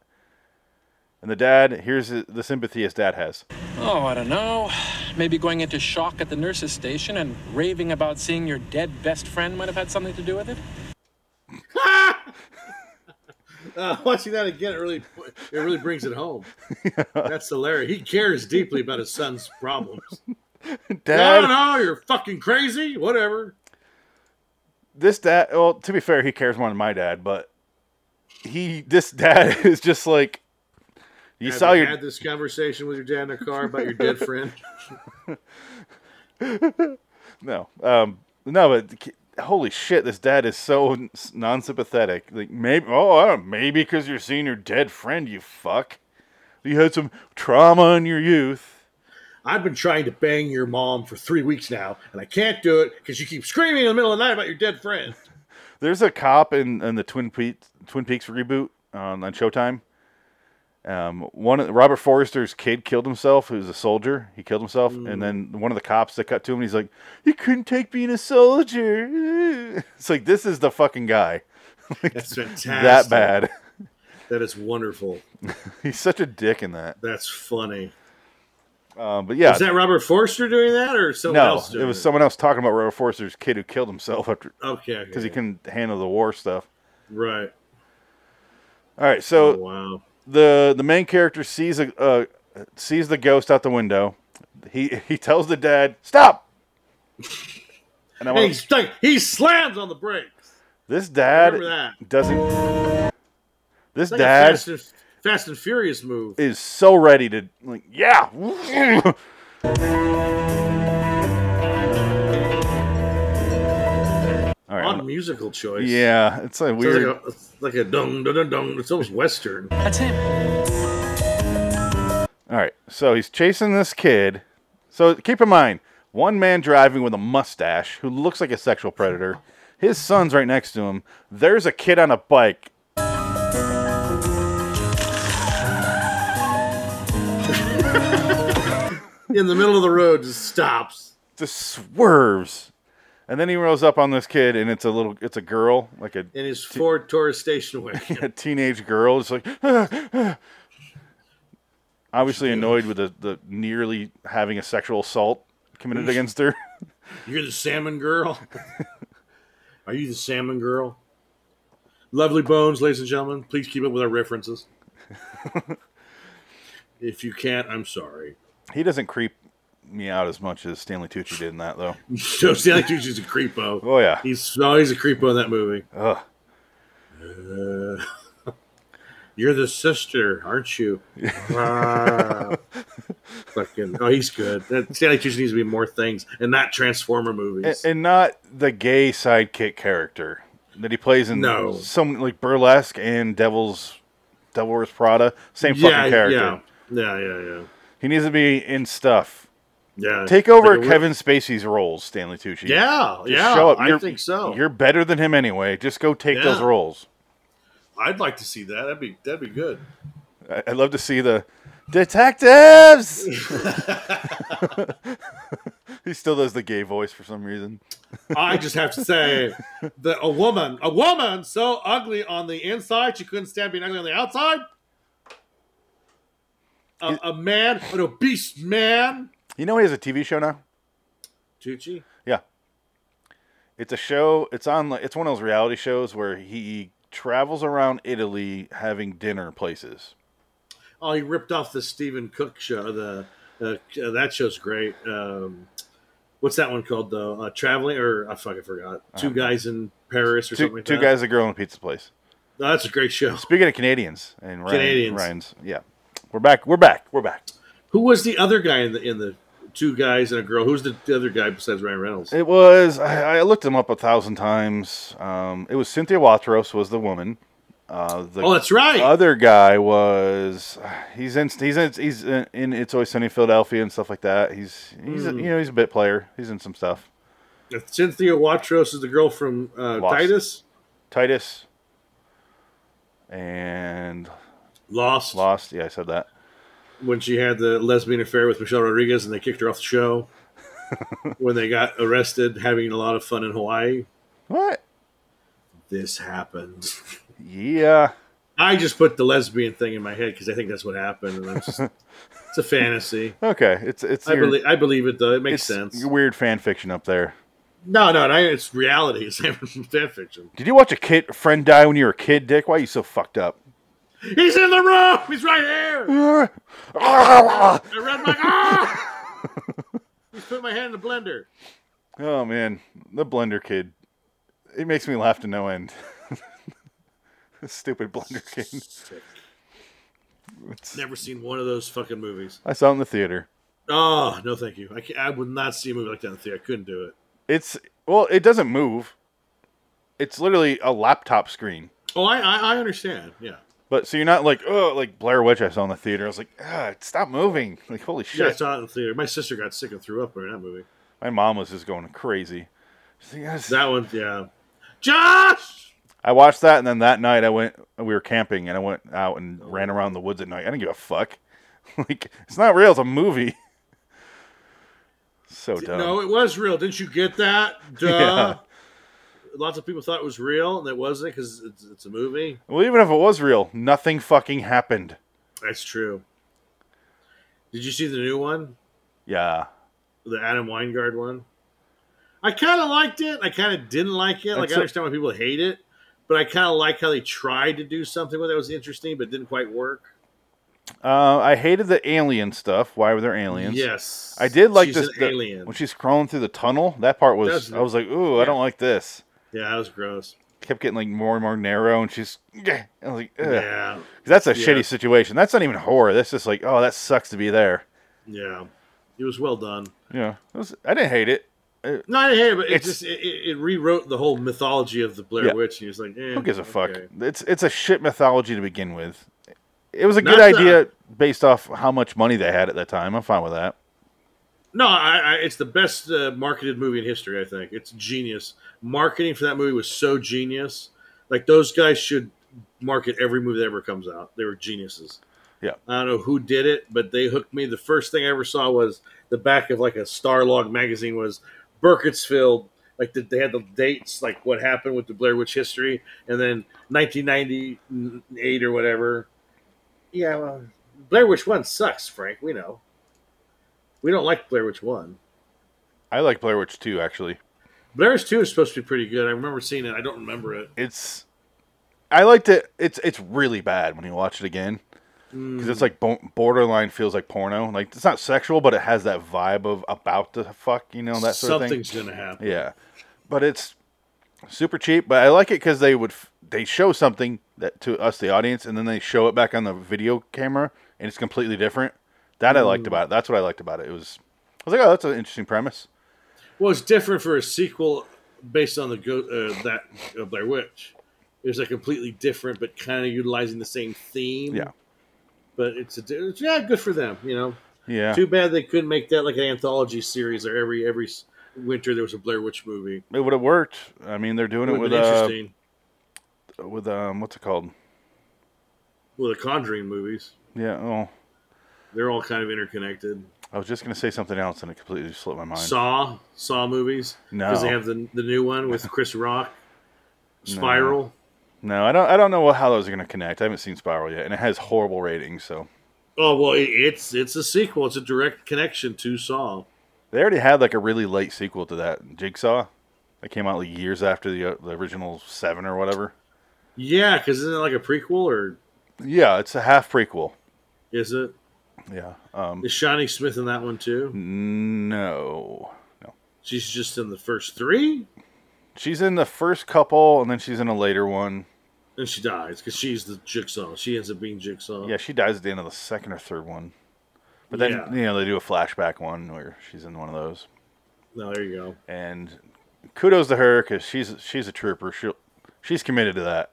Speaker 2: And the dad, here's the the sympathy his dad has.
Speaker 3: Oh, I don't know. Maybe going into shock at the nurse's station and raving about seeing your dead best friend might have had something to do with it.
Speaker 1: Uh, watching that again, it really it really brings it home. That's hilarious. He cares deeply about his son's problems.
Speaker 2: Dad,
Speaker 1: No, no, you're fucking crazy. Whatever.
Speaker 2: this dad well to be fair he cares more than my dad but he this dad is just like you
Speaker 1: Have
Speaker 2: saw
Speaker 1: you
Speaker 2: your
Speaker 1: had this conversation with your dad in the car about your dead friend?
Speaker 2: no um no but the ki- holy shit this dad is so n- s- non-sympathetic like maybe oh I don't, maybe because you're seeing your dead friend you fuck you had some trauma in your youth
Speaker 1: I've been trying to bang your mom for three weeks now, and I can't do it because you keep screaming in the middle of the night about your dead friend.
Speaker 2: there's a cop in, in the twin peaks twin peaks reboot on, on showtime um, one of Robert Forrester's kid killed himself, who's a soldier. He killed himself, and then one of the cops that cut to him, he's like, "You couldn't take being a soldier." It's like this is the fucking guy
Speaker 1: That's fantastic.
Speaker 2: that bad.
Speaker 1: That is wonderful.
Speaker 2: he's such a dick in that.
Speaker 1: That's funny.
Speaker 2: Um, but yeah,
Speaker 1: Is that Robert Forster doing that or someone
Speaker 2: no,
Speaker 1: else?
Speaker 2: it
Speaker 1: Doing
Speaker 2: was someone else talking about Robert Forrester's kid who killed himself after
Speaker 1: Okay.
Speaker 2: because
Speaker 1: Because
Speaker 2: he couldn't handle the war stuff.
Speaker 1: Right.
Speaker 2: All right,
Speaker 1: Oh,
Speaker 2: so
Speaker 1: wow.
Speaker 2: the the main character sees a uh, sees the ghost out the window. He he tells the dad, "Stop." And I
Speaker 1: And
Speaker 2: want
Speaker 1: he's like, he slams on the brakes.
Speaker 2: this dad
Speaker 1: Remember that.
Speaker 2: doesn't.
Speaker 1: It's
Speaker 2: This
Speaker 1: like a
Speaker 2: dad
Speaker 1: Fast and, Fast and Furious move.
Speaker 2: is so ready to like, yeah. All right,
Speaker 1: Odd
Speaker 2: I'm-
Speaker 1: musical choice.
Speaker 2: yeah, it's a
Speaker 1: Sounds
Speaker 2: weird.
Speaker 1: like a, it's like a dung, dung, dung, dung. It's almost Western.
Speaker 3: That's him.
Speaker 2: All right, so he's chasing this kid. So keep in mind, one man driving with a mustache who looks like a sexual predator. His son's right next to him. There's a kid on a bike.
Speaker 1: In the middle of the road, just stops.
Speaker 2: Just swerves, and then he rolls up on this kid, and it's a little, it's a girl, like a,
Speaker 1: in his Ford Taurus station wagon.
Speaker 2: a teenage girl, just like, obviously annoyed with the, the nearly having a sexual assault committed against her.
Speaker 1: You're the salmon girl. Are you the salmon girl? Lovely bones, ladies and gentlemen. Please keep up with our references. if you can't, I'm sorry.
Speaker 2: He doesn't creep me out as much as Stanley Tucci did in that though.
Speaker 1: So Stanley Tucci's a creepo.
Speaker 2: Oh, yeah.
Speaker 1: he's no, he's a creepo in that movie.
Speaker 2: Ugh.
Speaker 1: Uh, you're the sister, aren't you? Ah. Fucking oh, he's good. That, Stanley Tucci needs to be in more things and not Transformer
Speaker 2: And,
Speaker 1: movies.
Speaker 2: and not the gay sidekick character that he plays in
Speaker 1: No.
Speaker 2: some like burlesque and Devil's Devil Wears Prada. Same
Speaker 1: yeah,
Speaker 2: fucking character.
Speaker 1: yeah, yeah, yeah, yeah.
Speaker 2: He needs to be in stuff.
Speaker 1: Yeah.
Speaker 2: Take over
Speaker 1: Like a-
Speaker 2: Kevin Spacey's roles, Stanley Tucci.
Speaker 1: Yeah,
Speaker 2: Just
Speaker 1: yeah.
Speaker 2: show up.
Speaker 1: I
Speaker 2: You're-
Speaker 1: think so.
Speaker 2: You're better than him anyway. Just go take
Speaker 1: Yeah.
Speaker 2: those roles.
Speaker 1: I'd like to see that. That'd be that'd be good.
Speaker 2: I- I'd love to see the detectives. he still does the gay voice for some reason.
Speaker 1: I just have to say that a woman, a woman so ugly on the inside, she couldn't stand being ugly on the outside. A, a man, an obese man.
Speaker 2: You know he has a TV show now.
Speaker 1: Tucci?
Speaker 2: Yeah, it's a show. It's on. like- It's one of those reality shows where he travels around Italy having dinner places.
Speaker 1: Oh, he ripped off the Stephen Cook show. The uh, uh, that show's great. Um, what's that one called though? Uh, traveling or I fucking forgot. Two guys in Paris or
Speaker 2: Two,
Speaker 1: something. Like
Speaker 2: two
Speaker 1: that.
Speaker 2: guys, a girl, and a pizza place.
Speaker 1: No, that's a great show.
Speaker 2: Speaking of Canadians and Ryan,
Speaker 1: Canadians.
Speaker 2: Ryan's, yeah, we're back. We're back. We're back.
Speaker 1: Who was the other guy in the in the two guys and a girl? Who's the, the other guy besides Ryan Reynolds?
Speaker 2: It was. I, I looked him up a thousand times. Um, it was Cynthia Watros was the woman. Uh, the
Speaker 1: Oh, that's right.
Speaker 2: other guy was. He's in. He's in. He's in, in It's Always Sunny in Philadelphia and stuff like that. He's. He's.
Speaker 1: Hmm.
Speaker 2: a- You know. He's a bit player. He's in some stuff.
Speaker 1: Uh, Cynthia Watros is the girl from uh,
Speaker 2: Lost.
Speaker 1: Titus.
Speaker 2: Titus. And
Speaker 1: Lost,
Speaker 2: lost. Yeah, I said that.
Speaker 1: when she had the lesbian affair with Michelle Rodriguez and they kicked her off the show when they got arrested having a lot of fun in Hawaii.
Speaker 2: What?
Speaker 1: This happened.
Speaker 2: Yeah.
Speaker 1: I just put the lesbian thing in my head because I think that's what happened. And I'm just, it's a fantasy.
Speaker 2: Okay. It's. It's.
Speaker 1: I
Speaker 2: your-
Speaker 1: believe I believe it though. It makes
Speaker 2: it's
Speaker 1: sense.
Speaker 2: your weird fan fiction up there.
Speaker 1: No, no, no, it's reality. It's fan fiction.
Speaker 2: Did you watch a kid friend die when you were a kid, Dick? Why are you so fucked up?
Speaker 1: He's in the room. He's right here.
Speaker 2: Oh,
Speaker 1: I read my. Ah! He's put my hand in the blender.
Speaker 2: Oh man, the Blender Kid. It makes me laugh to no end. Stupid Blender Kid.
Speaker 1: Sick.
Speaker 2: It's-
Speaker 1: Never seen one of those fucking movies.
Speaker 2: I saw it in the theater.
Speaker 1: Oh no, thank you. I, can't, I would not see a movie like that in the theater. I couldn't do it.
Speaker 2: It's well, it doesn't move. It's literally a laptop screen.
Speaker 1: Oh, I I, I understand. Yeah,
Speaker 2: But so you're not like oh like Blair Witch I saw in the theater. I was like, ah, stop moving. Like holy
Speaker 1: yeah. I
Speaker 2: shit.
Speaker 1: saw it in the theater. My sister got sick and threw up during that movie.
Speaker 2: My mom was just going crazy. She's like, "Yes."
Speaker 1: That one, yeah. Josh.
Speaker 2: I watched that and then that night I went we were camping and I went out and ran around the woods at night. I didn't give a fuck. like it's not real, it's a movie. so dumb.
Speaker 1: No, it was real. Didn't you get that? Duh. Lots of people thought it was real, and it wasn't because it's, it's a movie.
Speaker 2: Well, even if it was real, nothing fucking happened.
Speaker 1: That's true. Did you see the new one?
Speaker 2: Yeah.
Speaker 1: the Adam Weingard one. I kind of liked it. I kind of didn't like it. Like
Speaker 2: That's
Speaker 1: I
Speaker 2: a-
Speaker 1: understand why people hate it, but I kind of like how they tried to do something with it that was interesting, but didn't quite work.
Speaker 2: Uh, I hated the alien stuff. Why were there aliens?
Speaker 1: Yes,
Speaker 2: I did like
Speaker 1: She's
Speaker 2: this
Speaker 1: an
Speaker 2: the-
Speaker 1: alien.
Speaker 2: when she's crawling through the tunnel. That part was
Speaker 1: That's-
Speaker 2: I was like, ooh, I don't like this.
Speaker 1: yeah, that was gross.
Speaker 2: Kept getting like more and more narrow, and she's. I was like, Ugh.
Speaker 1: Yeah,
Speaker 2: that's a
Speaker 1: Yeah.
Speaker 2: shitty situation. That's not even horror. That's just like, oh, that sucks to be there.
Speaker 1: yeah, it was well done.
Speaker 2: Yeah, it was, I didn't hate it.
Speaker 1: No, I didn't hate it, but it
Speaker 2: It's-
Speaker 1: just it, it, it rewrote the whole mythology of the Blair
Speaker 2: Yeah.
Speaker 1: Witch, and he was like, eh,
Speaker 2: Who gives a fuck?
Speaker 1: okay.
Speaker 2: It's it's a shit mythology to begin with. It was a
Speaker 1: Not
Speaker 2: good
Speaker 1: that-
Speaker 2: idea based off how much money they had at that time. I'm fine with that.
Speaker 1: No, I, I, it's the best uh, marketed movie in history. I think it's genius. Marketing for that movie was so genius. Like those guys should market every movie that ever comes out. They were geniuses.
Speaker 2: Yeah.
Speaker 1: I don't know who did it, but they hooked me. The first thing I ever saw was the back of like a Starlog magazine was Burkittsville. Like the, they had the dates, like what happened with the Blair Witch history, and then 1998 or whatever. Yeah, well, Blair Witch One sucks, Frank. We know. We don't like Blair Witch One.
Speaker 2: I like Blair Witch 2 actually.
Speaker 1: Blair Witch Two is supposed to be pretty good. I remember seeing it. I don't remember it.
Speaker 2: It's I like to. It's it's really bad when you watch it again
Speaker 1: Hmm.
Speaker 2: because it's like bo- borderline feels like porno. Like it's not sexual, but it has that vibe of about to fuck. You know that sort of thing.
Speaker 1: Something's gonna happen.
Speaker 2: Yeah, but it's super cheap. But I like it because they would f- they show something that to us the audience, and then they show it back on the video camera, and it's completely different. That I liked about it. That's what I liked about it. It was I was like, oh, that's an interesting premise.
Speaker 1: Well, it's different for a sequel based on the go- uh, that uh, Blair Witch. It was a completely different, but kind of utilizing the same theme.
Speaker 2: Yeah,
Speaker 1: but it's a di- yeah, good for them. You know,
Speaker 2: yeah.
Speaker 1: too bad they couldn't make that like an anthology series, or every every s- winter there was a Blair Witch movie.
Speaker 2: It would have worked. I mean, they're doing
Speaker 1: It
Speaker 2: it
Speaker 1: would have
Speaker 2: with
Speaker 1: been
Speaker 2: uh,
Speaker 1: interesting.
Speaker 2: with um, what's it called?
Speaker 1: Well, the Conjuring movies,
Speaker 2: Yeah. Oh,
Speaker 1: they're all kind of interconnected.
Speaker 2: I was just gonna say something else, and it completely slipped my mind.
Speaker 1: Saw Saw movies
Speaker 2: No.
Speaker 1: they have the the new one with Chris Rock, Spiral.
Speaker 2: No, I don't. I don't know how those are gonna connect. I haven't seen Spiral yet, and it has horrible ratings. So
Speaker 1: Oh well, it, it's it's a sequel. It's a direct connection to Saw.
Speaker 2: they already had like a really late sequel to that Jigsaw. That came out like years after the, uh, the original seven or whatever.
Speaker 1: Yeah, because isn't it like a prequel or
Speaker 2: Yeah, it's a half prequel.
Speaker 1: is it?
Speaker 2: Yeah. Um.
Speaker 1: Is Shawnee Smith in that one too?
Speaker 2: No. No.
Speaker 1: She's just in the first three,
Speaker 2: She's in the first couple, and then she's in a later one.
Speaker 1: and she dies because she's the jigsaw. She ends up being jigsaw.
Speaker 2: Yeah, she dies at the end of the second or third one. But then
Speaker 1: Yeah.
Speaker 2: you know they do a flashback one where she's in one of those.
Speaker 1: No, there you go.
Speaker 2: And kudos to her because she's she's a trooper. She will she's committed to that.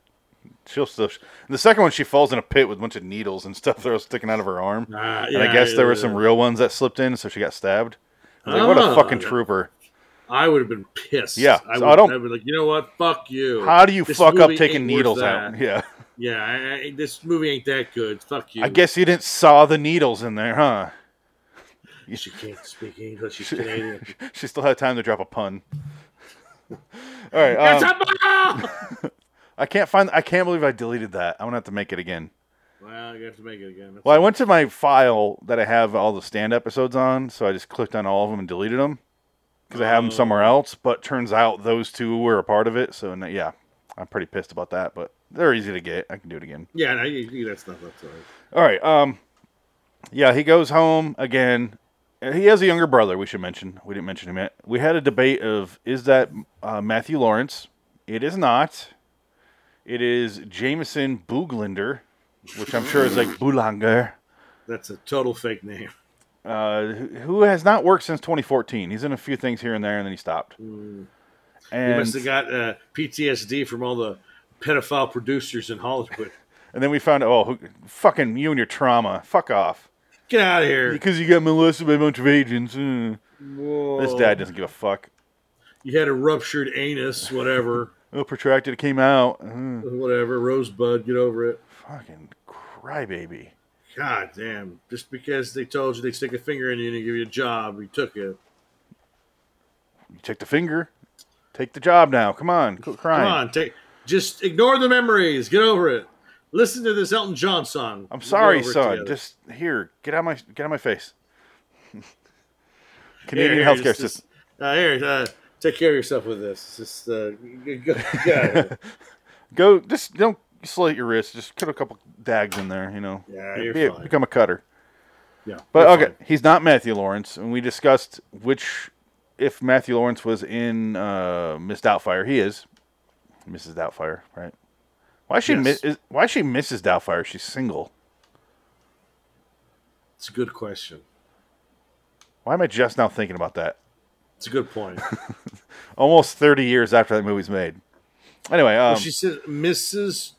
Speaker 2: She'll still. The second one, she falls in a pit with a bunch of needles and stuff that are sticking out of her arm.
Speaker 1: Ah,
Speaker 2: and I
Speaker 1: yeah,
Speaker 2: guess there were
Speaker 1: yeah.
Speaker 2: some real ones that slipped in, so she got stabbed. I was like, what a
Speaker 1: Ah.
Speaker 2: fucking trooper!
Speaker 1: I would have been pissed.
Speaker 2: Yeah,
Speaker 1: I
Speaker 2: so
Speaker 1: would
Speaker 2: I don't-
Speaker 1: I'd be like, you know what? Fuck you.
Speaker 2: How do you
Speaker 1: This
Speaker 2: fuck up
Speaker 1: movie
Speaker 2: taking
Speaker 1: ain't worth
Speaker 2: needles
Speaker 1: that.
Speaker 2: out? Yeah,
Speaker 1: Yeah, I, I, this movie ain't that good. Fuck you.
Speaker 2: I guess you didn't saw the needles in there, huh?
Speaker 1: she can't speak English. She's Canadian.
Speaker 2: She still had time to drop a pun. All right, um,
Speaker 1: That's a bomb!
Speaker 2: I can't find. I can't believe I deleted that. I'm gonna have to make it again.
Speaker 1: well, you have to make it again.
Speaker 2: Well, I went to my file that I have all the stand episodes on, so I just clicked on all of them and deleted them because I have
Speaker 1: Oh.
Speaker 2: them somewhere else. But turns out those two were a part of it, so n- yeah, I'm pretty pissed about that. But they're easy to get. I can do it again.
Speaker 1: yeah, no, you, you, that's not that's all right.
Speaker 2: All right. Um, yeah, he goes home again. Uh, He has a younger brother. We should mention. We didn't mention him yet. We had a debate of is that uh, Matthew Lawrence? It is not. It is Jameson Booglander, which I'm sure is like Boulanger.
Speaker 1: That's a total fake name.
Speaker 2: Uh, who who has not worked since 2014. He's in a few things here and there, and then he stopped.
Speaker 1: Mm. He
Speaker 2: And,
Speaker 1: must have got uh, PTSD from all the pedophile producers in Hollywood.
Speaker 2: and then we found out, oh, who, fucking you and your trauma. Fuck off.
Speaker 1: Get out of here.
Speaker 2: Because you got molested by a bunch of agents. mm.
Speaker 1: Whoa.
Speaker 2: This dad doesn't give a fuck.
Speaker 1: You had a ruptured anus, whatever.
Speaker 2: Oh, protracted, it came out. Mm.
Speaker 1: whatever. Rosebud, get over it.
Speaker 2: Fucking crybaby.
Speaker 1: God damn. Just because they told you they stick a finger in you and they give you a job, you took it.
Speaker 2: You take the finger. Take the job now. Come on. Quit
Speaker 1: Come
Speaker 2: crying.
Speaker 1: on, take just ignore the memories. Get over it. Listen to this Elton John song.
Speaker 2: I'm sorry,
Speaker 1: Get over it
Speaker 2: son.
Speaker 1: together.
Speaker 2: Just here. Get out of my get out of my face.
Speaker 1: Here,
Speaker 2: Canadian
Speaker 1: here,
Speaker 2: healthcare
Speaker 1: just-
Speaker 2: system.
Speaker 1: just- Uh, here, uh, take care of yourself with this. Just uh, g- g- yeah,
Speaker 2: Go. Just don't slit your wrist. Just cut a couple dags in there. You know.
Speaker 1: Yeah, you're
Speaker 2: Be a-
Speaker 1: fine.
Speaker 2: Become a cutter.
Speaker 1: yeah.
Speaker 2: But
Speaker 1: you're
Speaker 2: okay,
Speaker 1: fine.
Speaker 2: he's not Matthew Lawrence, and we discussed which, if Matthew Lawrence was in uh, Miss Doubtfire, he is Mrs. Doubtfire, right? Why is she
Speaker 1: Yes.
Speaker 2: miss? Is, why is she Mrs. Doubtfire? She's single.
Speaker 1: It's a good question.
Speaker 2: Why am I just now thinking about that?
Speaker 1: It's a good point.
Speaker 2: Almost thirty years after that movie's made. Anyway, um,
Speaker 1: she said Mrs.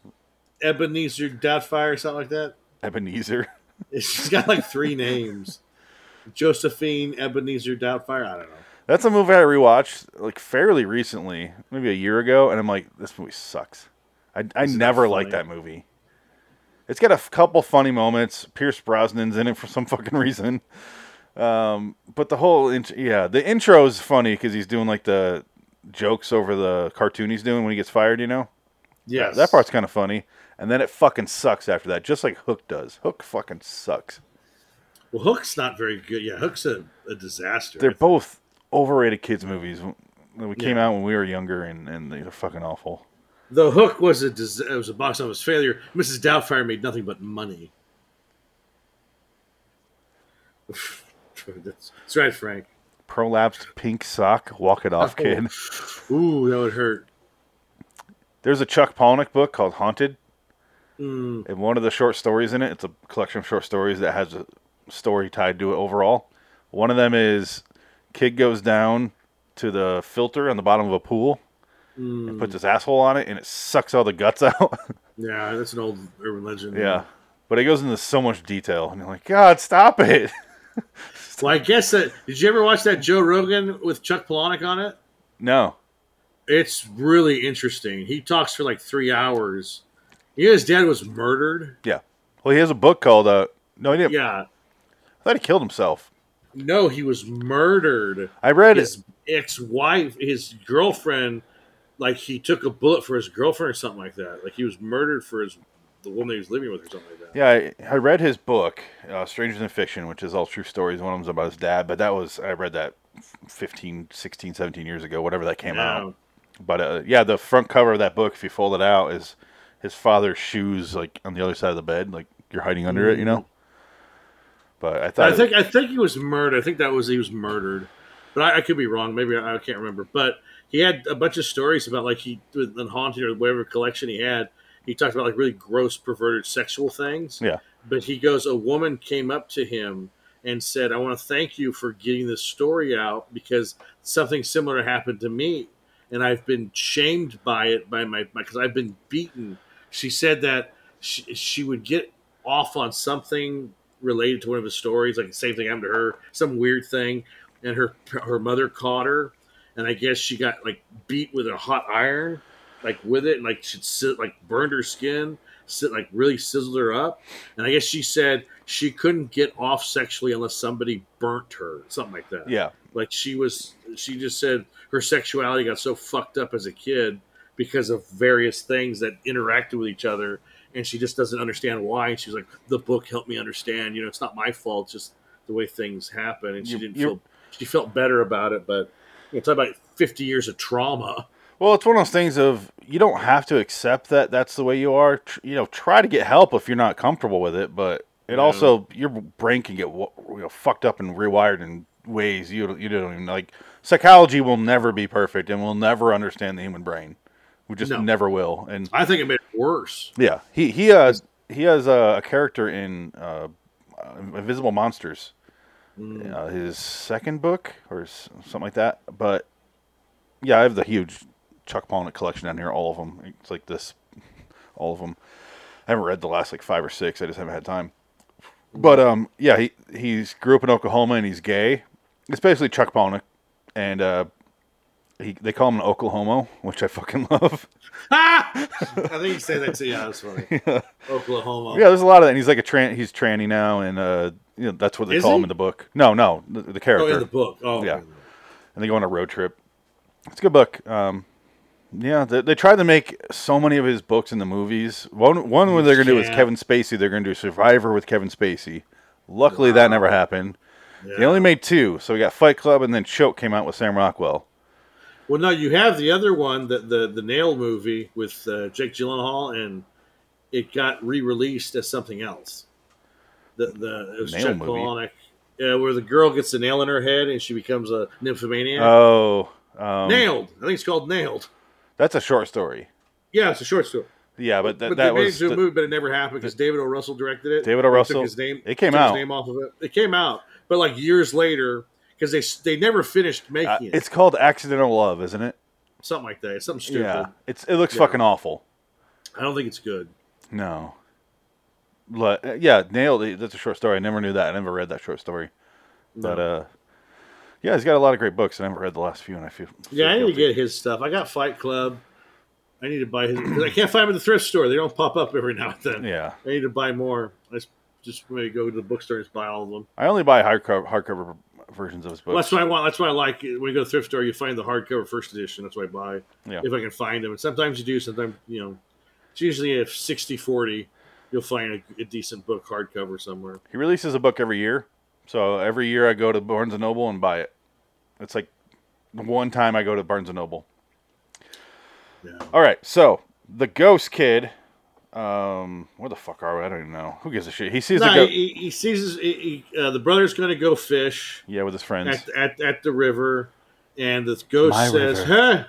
Speaker 1: Ebenezer Doubtfire or something like that.
Speaker 2: Ebenezer.
Speaker 1: She's got like three names. Josephine Ebenezer Doubtfire. I don't know.
Speaker 2: That's a movie I rewatched like fairly recently, maybe a year ago, and I'm like, this movie sucks. I, I
Speaker 1: it
Speaker 2: never
Speaker 1: funny?
Speaker 2: liked that movie. It's got a f- couple funny moments. Pierce Brosnan's in it for some fucking reason. Um, but the whole int- yeah, the intro is funny because he's doing like the jokes over the cartoon he's doing when he gets fired. You know,
Speaker 1: Yes,
Speaker 2: that part's kind of funny. And then it fucking sucks after that, just like Hook does. Hook fucking sucks.
Speaker 1: Well, Hook's not very good. Yeah, Hook's a, a disaster.
Speaker 2: They're both overrated kids movies that we came out when we were younger, and and they're fucking awful.
Speaker 1: The Hook was a dis- it was a box office failure. Mrs. Doubtfire made nothing but money. that's, that's right, Frank.
Speaker 2: Prolapsed pink sock. Walk it off, kid.
Speaker 1: Ooh, that would hurt.
Speaker 2: There's a Chuck Palahniuk book called Haunted, and one of the short stories in it. It's a collection of short stories that has a story tied to it overall. One of them is kid goes down to the filter on the bottom of a pool and puts his asshole on it, and it sucks all the guts out.
Speaker 1: Yeah, that's an old urban legend.
Speaker 2: yeah, but it goes into so much detail, and you're like, God, stop it.
Speaker 1: Well, I guess that. Did you ever watch that Joe Rogan with Chuck Palahniuk on it?
Speaker 2: no,
Speaker 1: It's really interesting. He talks for like three hours. You know, his dad was murdered.
Speaker 2: yeah. Well, he has a book called uh. No, he didn't.
Speaker 1: Yeah.
Speaker 2: I thought he killed himself.
Speaker 1: No, he was murdered.
Speaker 2: I read it.
Speaker 1: his ex-wife, his girlfriend, like he took a bullet for his girlfriend or something like that. Like he was murdered for his the woman he was living with or something like that.
Speaker 2: Yeah, I, I read his book, uh, Strangers in Fiction, which is all true stories. One of them's about his dad, but that was, I read that 15, 16, 17 years ago, whatever that came
Speaker 1: Now,
Speaker 2: out. But uh, yeah, the front cover of that book, if you fold it out, is his father's shoes, like on the other side of the bed, like you're hiding under it, you know? But I thought,
Speaker 1: Mm. I think I think he was murdered. I think that was he was murdered, but I, I could be wrong. Maybe I, I can't remember. But he had a bunch of stories about like he with the haunting or whatever collection he had. He talked about like really gross, perverted sexual things.
Speaker 2: yeah,
Speaker 1: But he goes, a woman came up to him and said, I want to thank you for getting this story out because something similar happened to me. And I've been shamed by it, by my, because I've been beaten. She said that she, she would get off on something related to one of his stories, like the same thing happened to her, some weird thing. And her, her mother caught her. And I guess she got like beat with a hot iron, like with it, and like she sit, like burned her skin, sit, like really sizzled her up. And I guess she said she couldn't get off sexually unless somebody burnt her, something like that.
Speaker 2: yeah.
Speaker 1: Like she was, she just said her sexuality got so fucked up as a kid because of various things that interacted with each other. And she just doesn't understand why. And she's like, the book helped me understand. You know, it's not my fault, it's just the way things happen. And she
Speaker 2: You-
Speaker 1: didn't
Speaker 2: you-
Speaker 1: feel, she felt better about it. But you know, talk about 50 years of trauma.
Speaker 2: Well, it's one of those things of you don't have to accept that that's the way you are. Tr- You know, try to get help if you're not comfortable with it, but it also your brain can get wa- you know, fucked up and rewired in ways you don't- you don't even like. Psychology will never be perfect, and we'll never understand the human brain. We just
Speaker 1: No.
Speaker 2: never will. And
Speaker 1: I think it made it worse.
Speaker 2: yeah, he he has he has a, a character in uh, uh, Invisible Monsters, uh, his second book or s- something like that. But yeah, I have the huge Chuck Palahniuk collection down here, all of them. It's like this, all of them. I haven't read the last like five or six. I just haven't had time. But um, yeah, he he's grew up in Oklahoma and he's gay. It's basically Chuck Palahniuk, and uh, he they call him an Oklahoma, which I fucking love.
Speaker 1: I think you say that too. Yeah, that's funny. Oklahoma.
Speaker 2: Yeah, there's a lot of that. And he's like a tran he's tranny now, and uh, you know that's what they
Speaker 1: Is
Speaker 2: call
Speaker 1: he?
Speaker 2: him in the book. No, no, the, the character.
Speaker 1: Oh, in the book. Oh,
Speaker 2: Yeah. And they go on a road trip. It's a good book. Um, yeah, they, they tried to make so many of his books in the movies. One one what they're gonna do is
Speaker 1: Yeah.
Speaker 2: Kevin Spacey. They're gonna do Survivor with Kevin Spacey. Luckily, that never happened. They only made two, so we got Fight Club, and then Choke came out with Sam Rockwell.
Speaker 1: Well, no, you have the other one, the the, the Nail movie with uh, Jake Gyllenhaal, and it got re released as something else. The the it was
Speaker 2: Nail
Speaker 1: Chuck
Speaker 2: movie?
Speaker 1: Palahniuk, uh, where the girl gets the nail in her head and she becomes a nymphomaniac.
Speaker 2: Oh, um,
Speaker 1: nailed. I think it's called Nailed.
Speaker 2: that's a short story.
Speaker 1: Yeah, it's a short story.
Speaker 2: Yeah, but, th-
Speaker 1: But they
Speaker 2: that
Speaker 1: made
Speaker 2: was
Speaker 1: it into
Speaker 2: the-
Speaker 1: a movie, but it never happened because David O. Russell directed it.
Speaker 2: David
Speaker 1: They
Speaker 2: O.
Speaker 1: took
Speaker 2: Russell.
Speaker 1: His name.
Speaker 2: It came
Speaker 1: took
Speaker 2: out.
Speaker 1: His name off of it. It came out, but like years later, because they s- they never finished making
Speaker 2: uh,
Speaker 1: it.
Speaker 2: it's called Accidental Love, isn't it?
Speaker 1: something like that. It's something stupid.
Speaker 2: Yeah, it's it looks fucking awful.
Speaker 1: I don't think it's good.
Speaker 2: No. But, uh, yeah, nailed it. That's a short story. I never knew that. I never read that short story. But uh, yeah, he's got a lot of great books. I never read the last few, and I feel feel
Speaker 1: Yeah, I need to
Speaker 2: guilty.
Speaker 1: get his stuff. I got Fight Club. I need to buy his because I can't find them at the thrift store. They don't pop up every now and then.
Speaker 2: Yeah,
Speaker 1: I need to buy more. I s- just maybe go to the bookstore and just buy all of them.
Speaker 2: I only buy hardcover hardcover versions of his
Speaker 1: Well, that's
Speaker 2: books.
Speaker 1: what I want. That's what I like. When you go to the thrift store, you find the hardcover first edition. That's what I buy
Speaker 2: Yeah.
Speaker 1: if I can find them. And sometimes you do. Sometimes you know, it's usually if 60 40 you'll find a, a decent book hardcover somewhere.
Speaker 2: He releases a book every year, so every year I go to Barnes and Noble and buy it. It's like the one time I go to Barnes and Noble.
Speaker 1: Yeah.
Speaker 2: All right, so the ghost kid. Um, where the fuck are we? I don't even know. Who gives a shit? He sees the
Speaker 1: No,
Speaker 2: ghost.
Speaker 1: he, he sees his, he, he- uh, the brother's going to go fish
Speaker 2: yeah, with his friends.
Speaker 1: at, at, at the river, and the ghost
Speaker 2: My
Speaker 1: says,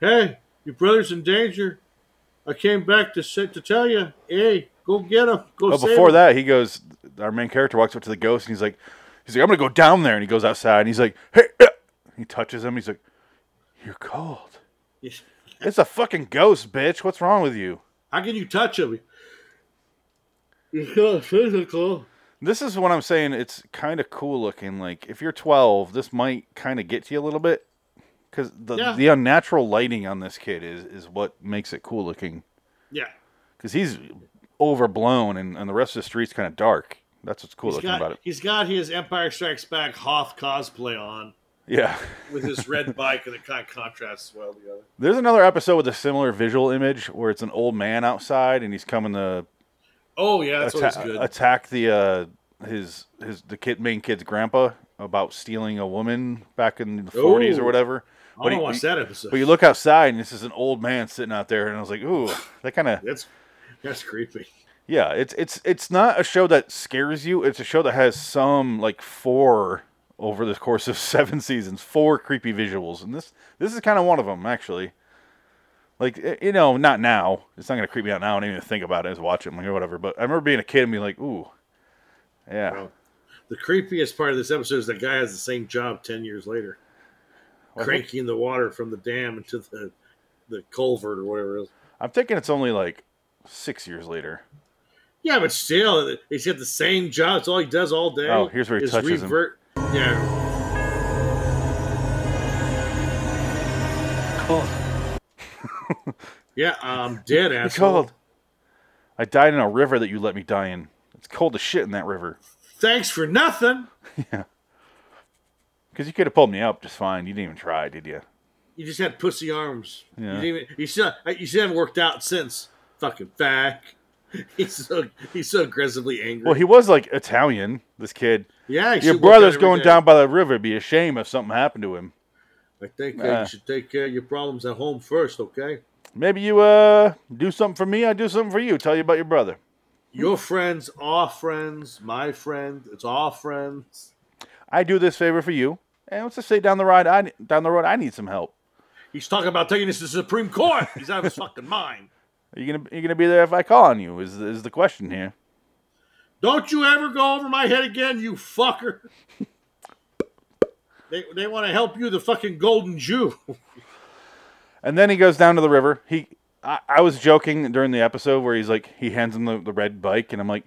Speaker 1: "Hey, hey, your brother's in danger. I came back to sit to tell you. Hey, go get him. Go."
Speaker 2: But
Speaker 1: save
Speaker 2: Oh, before
Speaker 1: him."
Speaker 2: that, he goes. Our main character walks up to the ghost and he's like, he's like, I'm gonna go down there. And he goes outside and he's like, hey. eh." He touches him. He's like, you're cold. It's a fucking ghost, bitch. What's wrong with you?
Speaker 1: how can you touch him? It's not physical.
Speaker 2: This is what I'm saying. It's kind of cool looking. Like if you're 12, this might kind of get to you a little bit because the
Speaker 1: Yeah.
Speaker 2: the unnatural lighting on this kid is is what makes it cool looking.
Speaker 1: Yeah,
Speaker 2: Because he's overblown and, and the rest of the street's kind of dark. That's what's cool
Speaker 1: he's
Speaker 2: looking
Speaker 1: got
Speaker 2: about it.
Speaker 1: he's got his Empire Strikes Back Hoth cosplay on
Speaker 2: Yeah.
Speaker 1: with his red bike, and it kind of contrasts well together.
Speaker 2: There's another episode with a similar visual image where it's an old man outside and he's coming to
Speaker 1: Oh yeah, that's always
Speaker 2: atta-
Speaker 1: good.
Speaker 2: attack the uh, his his the kid main kid's grandpa about stealing a woman back in the 40s or
Speaker 1: Ooh.
Speaker 2: whatever.
Speaker 1: I
Speaker 2: But
Speaker 1: want
Speaker 2: he-
Speaker 1: to watch that episode.
Speaker 2: But you look outside, and this is an old man sitting out there, and I was like, "Ooh, that kind of
Speaker 1: That's that's creepy.
Speaker 2: yeah." It's it's it's not a show that scares you. It's a show that has some like four over the course of seven seasons, four creepy visuals, and this this is kind of one of them actually. Like eh, you know, not now. It's not gonna creep me out now. I don't even think about it. I just watch it, I'm like, "Oh, whatever. But I remember being a kid and being like, "Ooh, yeah."
Speaker 1: Wow. The creepiest part of this episode is that guy has the same job ten years later,
Speaker 2: Well, I think-
Speaker 1: cranking the water from the dam into the the culvert or whatever it is.
Speaker 2: I'm thinking it's only like six years later.
Speaker 1: Yeah, but still, he's got the same job. It's all he does all day.
Speaker 2: Oh, here's where he
Speaker 1: is
Speaker 2: touches him.
Speaker 1: him. Yeah,
Speaker 3: Cold.
Speaker 1: yeah, I'm dead
Speaker 2: It's
Speaker 1: asshole.
Speaker 2: cold. I died in a river that you let me die in. It's cold as shit in that river.
Speaker 1: Thanks for nothing.
Speaker 2: Because you could have pulled me up just fine. You didn't even try, did you?
Speaker 1: You just had pussy arms.
Speaker 2: Yeah.
Speaker 1: You, didn't even, you still you still haven't worked out since. Fucking back. He's so he's so aggressively angry.
Speaker 2: Well, he was like Italian, this kid.
Speaker 1: yeah, he should
Speaker 2: Your
Speaker 1: work out
Speaker 2: brother's
Speaker 1: every
Speaker 2: going
Speaker 1: day.
Speaker 2: down by the river. It'd be a shame if something happened to him.
Speaker 1: I think uh,
Speaker 2: Uh.
Speaker 1: you should take care of your problems at home first, okay?
Speaker 2: Maybe you uh do something for me, I do something for you. Tell you about your brother.
Speaker 1: Your friends, our friends, my friend, it's all friends.
Speaker 2: I do this favor for you. And let's just say down the ride I down the road I need some help.
Speaker 1: He's talking about taking this to the Supreme Court. He's out of his fucking mind.
Speaker 2: Are you gonna you gonna be there if I call on you? Is is the question here.
Speaker 1: Don't you ever go over my head again, you fucker. They, they want to help you, the fucking golden Jew.
Speaker 2: And then he goes down to the river. He, I, I was joking during the episode where he's like, he hands him the, the red bike, and I'm like,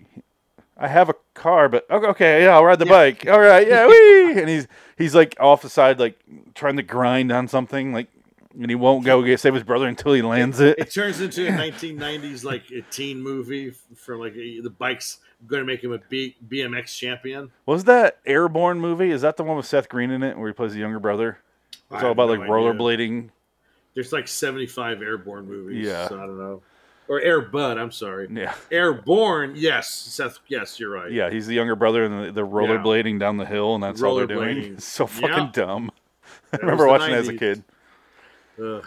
Speaker 2: I have a car, but okay, okay, yeah, I'll ride the bike. All right, yeah, wee. And he's he's like off the side, like trying to grind on something, like, and he won't go get save his brother until he lands it.
Speaker 1: It turns into a 1990s like a teen movie from like a, the bike's going to make him a B, BMX champion.
Speaker 2: Was that Airborne movie? Is that the one with Seth Green in it, where he plays the younger brother?
Speaker 1: I
Speaker 2: It's
Speaker 1: have
Speaker 2: all about
Speaker 1: no
Speaker 2: like
Speaker 1: idea.
Speaker 2: rollerblading.
Speaker 1: There's like 75 airborne movies.
Speaker 2: Yeah.
Speaker 1: So I don't know. Or Air Bud, I'm sorry.
Speaker 2: Yeah,
Speaker 1: Airborne, yes, Seth. Yes, you're right.
Speaker 2: yeah, he's the younger brother, and the, the rollerblading down the hill, and that's all they're doing.
Speaker 1: Rollerblading.
Speaker 2: So fucking
Speaker 1: Yeah.
Speaker 2: dumb. I
Speaker 1: That
Speaker 2: remember
Speaker 1: was the
Speaker 2: watching that as a
Speaker 1: 90s.
Speaker 2: kid.
Speaker 1: Ugh.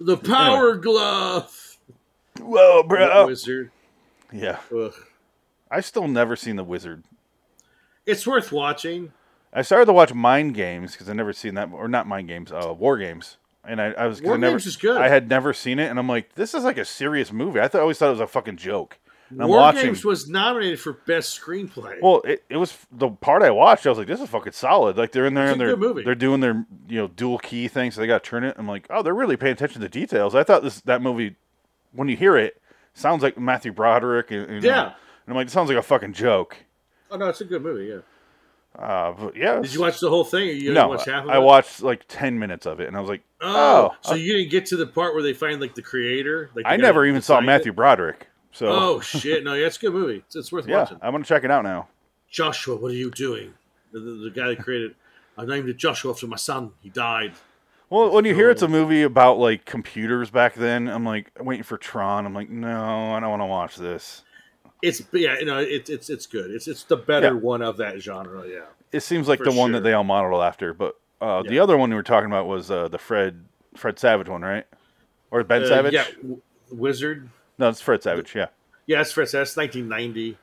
Speaker 1: The Power Glove,
Speaker 2: Whoa, bro.
Speaker 1: Wizard.
Speaker 2: Yeah.
Speaker 1: Ugh.
Speaker 2: I've still never seen The Wizard.
Speaker 1: It's worth watching.
Speaker 2: I started to watch Mind Games because I never seen that, or not Mind Games, uh, War Games. And I, I was 'cause I
Speaker 1: War
Speaker 2: never,
Speaker 1: Games is good.
Speaker 2: I had never seen it, and I'm like, this is like a serious movie. I thought I always thought it was a fucking joke. And I'm
Speaker 1: War
Speaker 2: watching.
Speaker 1: Games was nominated for best screenplay.
Speaker 2: well, it, it was the part I watched. I was like, this is fucking solid. Like they're in there
Speaker 1: It's
Speaker 2: and
Speaker 1: a
Speaker 2: they're
Speaker 1: good movie.
Speaker 2: they're doing their you know dual key thing, so they got to turn it. I'm like, oh, they're really paying attention to details. I thought this that movie, when you hear it, sounds like Matthew Broderick. And, and,
Speaker 1: Yeah.
Speaker 2: and I'm like, it sounds like a fucking joke.
Speaker 1: oh no, it's a good movie. Yeah.
Speaker 2: Uh, but yeah.
Speaker 1: Did you watch the whole thing? Or you
Speaker 2: no,
Speaker 1: watched half of
Speaker 2: I
Speaker 1: it?
Speaker 2: watched like ten minutes of it, and I was like,
Speaker 1: Oh,
Speaker 2: "Oh,
Speaker 1: so you didn't get to the part where they find like the creator? Like,
Speaker 2: I
Speaker 1: the guy
Speaker 2: never
Speaker 1: that
Speaker 2: even saw
Speaker 1: designed it?
Speaker 2: Matthew Broderick." So,
Speaker 1: Oh shit! No, yeah, it's a good movie. It's, it's worth
Speaker 2: yeah,
Speaker 1: watching.
Speaker 2: I'm gonna check it out now.
Speaker 1: Joshua, what are you doing? The, the, the guy that created. I named it Joshua after my son. He died.
Speaker 2: Well, when you hear it's a movie about like computers back then, I'm like waiting for Tron. I'm like, no, I don't want to watch this.
Speaker 1: It's yeah, you know, it's it's it's good. It's it's the better
Speaker 2: Yeah.
Speaker 1: one of that genre. Yeah.
Speaker 2: It seems like
Speaker 1: For
Speaker 2: the one that
Speaker 1: sure.
Speaker 2: they all model after. But uh, the
Speaker 1: Yeah.
Speaker 2: other one we were talking about was uh, the Fred Fred Savage one, right? or Ben
Speaker 1: Uh,
Speaker 2: Savage?
Speaker 1: Yeah, W- Wizard.
Speaker 2: No, it's Fred Savage. Yeah,
Speaker 1: Yeah, that's Fred. Savage. That's 1990.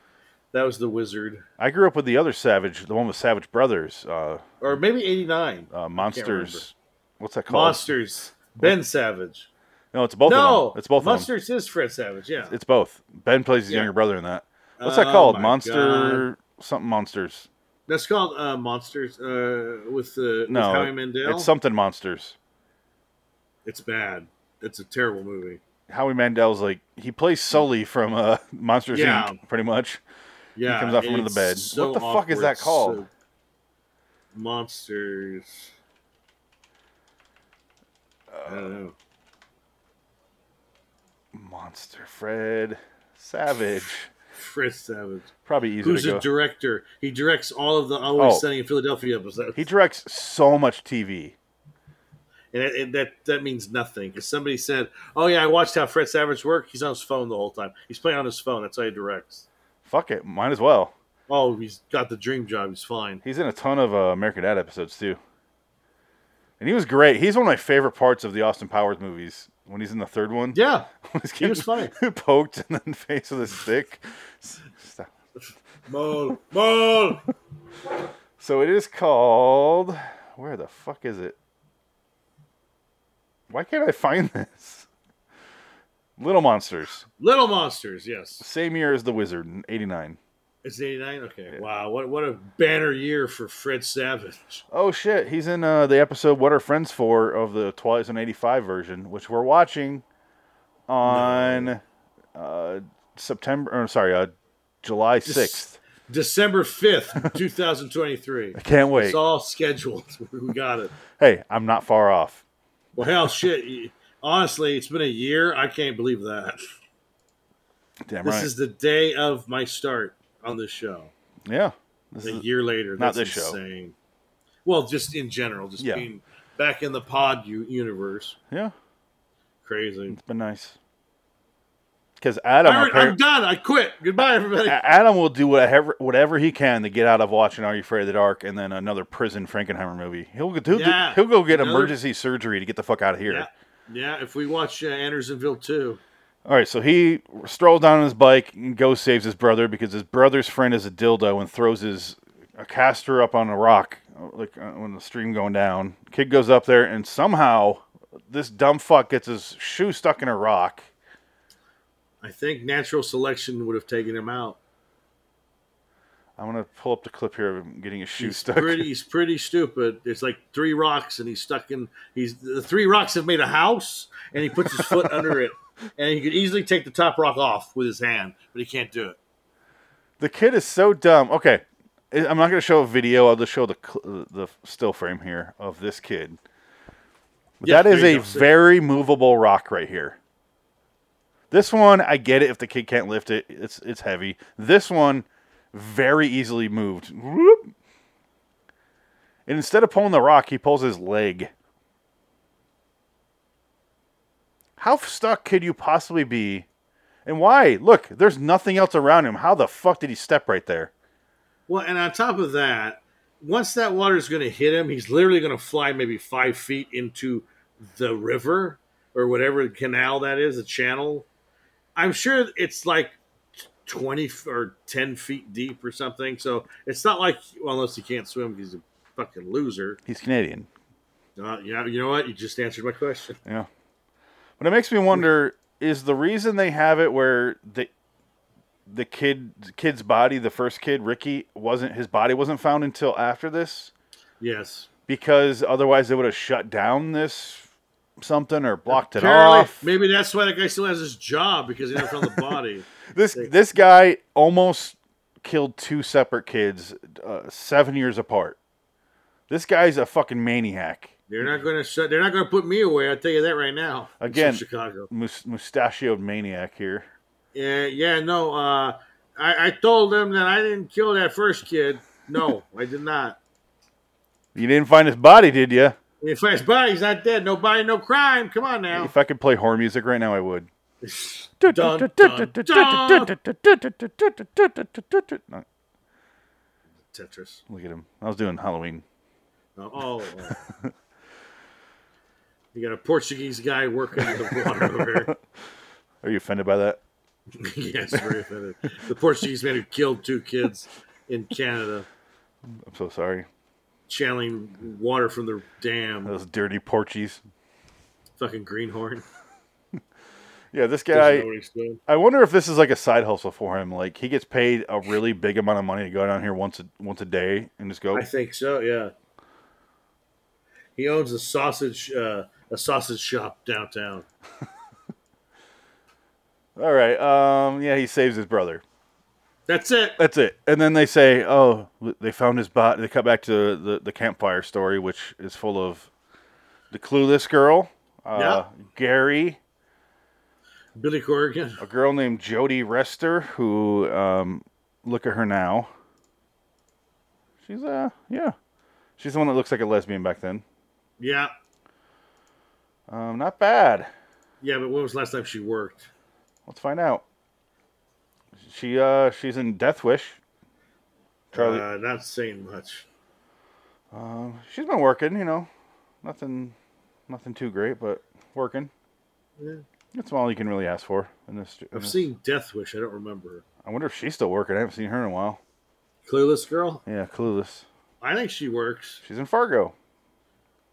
Speaker 1: That was the Wizard,
Speaker 2: I grew up with the other Savage, the one with Savage Brothers, uh,
Speaker 1: or maybe 89.
Speaker 2: uh, Monsters. What's that called?
Speaker 1: Monsters. Ben Savage.
Speaker 2: No, it's both
Speaker 1: no,
Speaker 2: of them. It's both of
Speaker 1: Monsters is Fred Savage. Yeah,
Speaker 2: them. It's both. Ben plays his
Speaker 1: Yeah.
Speaker 2: younger brother in that. What's
Speaker 1: Oh
Speaker 2: that called?
Speaker 1: my
Speaker 2: Monster something monsters.
Speaker 1: that's called uh, Monsters uh, with, uh, with
Speaker 2: No,
Speaker 1: Howie
Speaker 2: it-
Speaker 1: Mandel.
Speaker 2: it's something monsters.
Speaker 1: It's bad. It's a terrible movie.
Speaker 2: Howie Mandel's like he plays Sully from uh, Monsters
Speaker 1: Yeah.
Speaker 2: Inc. Pretty much.
Speaker 1: Yeah,
Speaker 2: comes out from under the
Speaker 1: it's
Speaker 2: bed.
Speaker 1: so
Speaker 2: What the fuck is
Speaker 1: awkward,
Speaker 2: that called?
Speaker 1: so- Monsters. I don't know.
Speaker 2: Uh, Monster Fred Savage.
Speaker 1: Fred Savage.
Speaker 2: Probably easier
Speaker 1: Who's
Speaker 2: to go.
Speaker 1: a director? He directs all of the Always
Speaker 2: Oh.
Speaker 1: Sunny in Philadelphia episodes,
Speaker 2: he directs so much TV.
Speaker 1: and, that- and that that means nothing because somebody said, "Oh yeah, I watched how Fred Savage worked. He's on his phone the whole time. He's playing on his phone. That's how he directs.
Speaker 2: Fuck it, might as well.
Speaker 1: Oh, he's got the dream job. He's fine.
Speaker 2: He's in a ton of uh, American Dad episodes too. And he was great. He's one of my favorite parts of the Austin Powers movies when he's in the third one.
Speaker 1: Yeah,
Speaker 2: When he's
Speaker 1: He was
Speaker 2: getting
Speaker 1: funny.
Speaker 2: poked in the face with a stick. Stop.
Speaker 1: mole, mole.
Speaker 2: So it is called. Where the fuck is it? Why can't I find this? Little Monsters.
Speaker 1: Little Monsters. Yes,
Speaker 2: Same year as The Wizard in 89.
Speaker 1: it's eighty nine. Okay, wow. What what a banner year for Fred Savage.
Speaker 2: Oh shit, he's in uh, the episode What Are Friends For of the Twilight Zone 85 version, which we're watching on uh, September, or sorry, uh, July 6th.
Speaker 1: December fifth, two thousand twenty three.
Speaker 2: I can't wait.
Speaker 1: It's all scheduled. We got it.
Speaker 2: Hey, I'm not far off.
Speaker 1: Well, hell, shit. you- Honestly, it's been a year. I can't believe that.
Speaker 2: Damn
Speaker 1: This
Speaker 2: right.
Speaker 1: is the day of my start on this show.
Speaker 2: yeah. This
Speaker 1: A
Speaker 2: is,
Speaker 1: year later,
Speaker 2: Not
Speaker 1: that's
Speaker 2: this show.
Speaker 1: insane. Well, just in general, just
Speaker 2: Yeah.
Speaker 1: being back in the pod u- universe,
Speaker 2: yeah,
Speaker 1: crazy.
Speaker 2: it's been nice. Because Adam,
Speaker 1: All right,
Speaker 2: appar-
Speaker 1: I'm done. I quit. Goodbye, everybody.
Speaker 2: A- Adam will do whatever whatever he can to get out of watching Are You Afraid of the Dark and then another prison Frankenheimer movie. He'll, he'll, do-
Speaker 1: Yeah.
Speaker 2: he'll go get
Speaker 1: Another-
Speaker 2: emergency surgery to get the fuck out of here.
Speaker 1: yeah. yeah, if we watch uh, Andersonville too,
Speaker 2: All right, so he strolls down on his bike and goes saves his brother because his brother's friend is a dildo and throws his a caster up on a rock like uh, when the stream going down. Kid goes up there and somehow this dumb fuck gets his shoe stuck in a rock.
Speaker 1: I think natural selection would have taken him out.
Speaker 2: I'm gonna pull up the clip here of him getting his shoe
Speaker 1: He's
Speaker 2: stuck.
Speaker 1: pretty. He's pretty stupid. It's like three rocks, and he's stuck in. He's the three rocks have made a house, and he puts his foot under it, and he could easily take the top rock off with his hand, but he can't do it.
Speaker 2: The kid is so dumb. Okay, I- I'm not gonna show a video. I'll just show the cl- the still frame here of this kid. But
Speaker 1: Yeah,
Speaker 2: that is
Speaker 1: there you
Speaker 2: a
Speaker 1: go. See?
Speaker 2: very movable rock right here. This one, I get it if the kid can't lift it. It's it's heavy. This one, very easily moved. Whoop. And instead of pulling the rock, he pulls his leg. How stuck could you possibly be? And why? Look, there's nothing else around him. How the fuck did he step right there?
Speaker 1: Well, and on top of that, once that water is going to hit him, he's literally going to fly maybe five feet into the river or whatever canal that is, a channel. I'm sure it's like 20 f- or 10 feet deep or something. So it's not like, well, unless he can't swim, he's a fucking loser.
Speaker 2: He's Canadian.
Speaker 1: Uh, yeah, you know what? You just answered my question.
Speaker 2: Yeah. But it makes me wonder is the reason they have it where the the kid kid's body, the first kid, Ricky, wasn't his body wasn't found until after this?
Speaker 1: Yes.
Speaker 2: Because otherwise they would have shut down this something or blocked it
Speaker 1: Apparently,
Speaker 2: off.
Speaker 1: maybe that's why that guy still has his job because he never found the body.
Speaker 2: This this guy almost killed two separate kids uh, 7 years apart. This guy's a fucking maniac.
Speaker 1: They're not going to shut. They're not going to put me away. I will tell you that right now. It's from
Speaker 2: Again.
Speaker 1: Chicago.
Speaker 2: Mus- mustachioed maniac here.
Speaker 1: Yeah, yeah, no. Uh, I, I told them that I didn't kill that first kid. No, I did not.
Speaker 2: You didn't find his body, did you?
Speaker 1: If his body's not dead, no body, no crime. Come on now.
Speaker 2: If I could play horror music right now, I would.
Speaker 1: Dun, dun, dun.
Speaker 2: No,
Speaker 1: Tetris.
Speaker 2: Look at him. I was doing Halloween.
Speaker 1: Oh, oh, oh. Uh, You got a Portuguese guy working in the water over
Speaker 2: Are you offended by that?
Speaker 1: there. yes, very offended. The Portuguese man who killed two kids in Canada,
Speaker 2: I'm so sorry.
Speaker 1: channeling water from the dam.
Speaker 2: Those dirty Porchies.
Speaker 1: Fucking greenhorn.
Speaker 2: Yeah, this
Speaker 1: Doesn't
Speaker 2: guy.
Speaker 1: know what he's doing.
Speaker 2: I wonder if this is like a side hustle for him. Like he gets paid a really big amount of money to go down here once a, once a day and just go.
Speaker 1: I think so. Yeah. He owns a sausage uh, a sausage shop downtown.
Speaker 2: All right. Um. Yeah, he saves his brother.
Speaker 1: That's it.
Speaker 2: That's it. And then they say, "Oh, they found his body." They cut back to the, the campfire story, which is full of the clueless girl, uh, Gary,
Speaker 1: Billy Corrigan.
Speaker 2: a girl named Jody Rester, who um, look at her now. She's uh yeah, she's the one that looks like a lesbian back then.
Speaker 1: Yeah.
Speaker 2: Um, not bad.
Speaker 1: Yeah, but when was the last time she worked?
Speaker 2: Let's find out. She uh she's in Death Wish. Charlie,
Speaker 1: Uh, not saying much.
Speaker 2: she's been working, you know, nothing, nothing too great, but working.
Speaker 1: Yeah.
Speaker 2: That's all you can really ask for in this. in
Speaker 1: I've
Speaker 2: this-
Speaker 1: seen Death Wish. I don't remember.
Speaker 2: I wonder if she's still working. I haven't seen her in a while.
Speaker 1: Clueless Girl?
Speaker 2: Yeah, clueless.
Speaker 1: I think she works.
Speaker 2: She's in Fargo.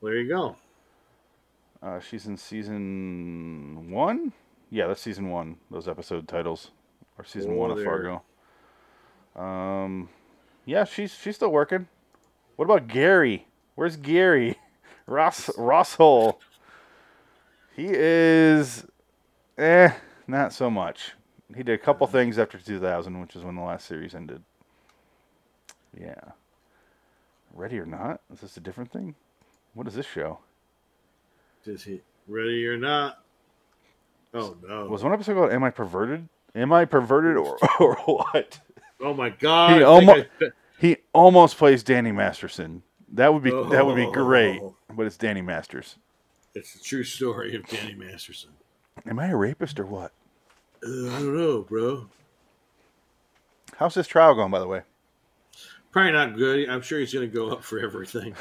Speaker 1: There you go.
Speaker 2: Uh, she's in season one. Yeah, that's season one. Those episode titles, or season one of
Speaker 1: Over
Speaker 2: Fargo. Um, yeah, she's she's still working. What about Gary? Where's Gary? Ross Rosshole. He is, eh, not so much. He did a couple things after 2000, which is when the last series ended. Yeah. Ready or not? Is this a different thing? What is this show?
Speaker 1: Does he ready or not? Oh no!
Speaker 2: Was one episode called "Am I Perverted"? Am I perverted or, or what?
Speaker 1: oh my god!
Speaker 2: He
Speaker 1: I
Speaker 2: almo-
Speaker 1: think I-
Speaker 2: He almost plays Danny Masterson. That would be that would be great,
Speaker 1: Oh.
Speaker 2: but it's Danny Masters.
Speaker 1: it's the true story of Danny Masterson.
Speaker 2: Am I a rapist or what?
Speaker 1: Uh, I don't know, bro.
Speaker 2: How's this trial going, by the way?
Speaker 1: Probably not good. I'm sure he's going to go up for everything.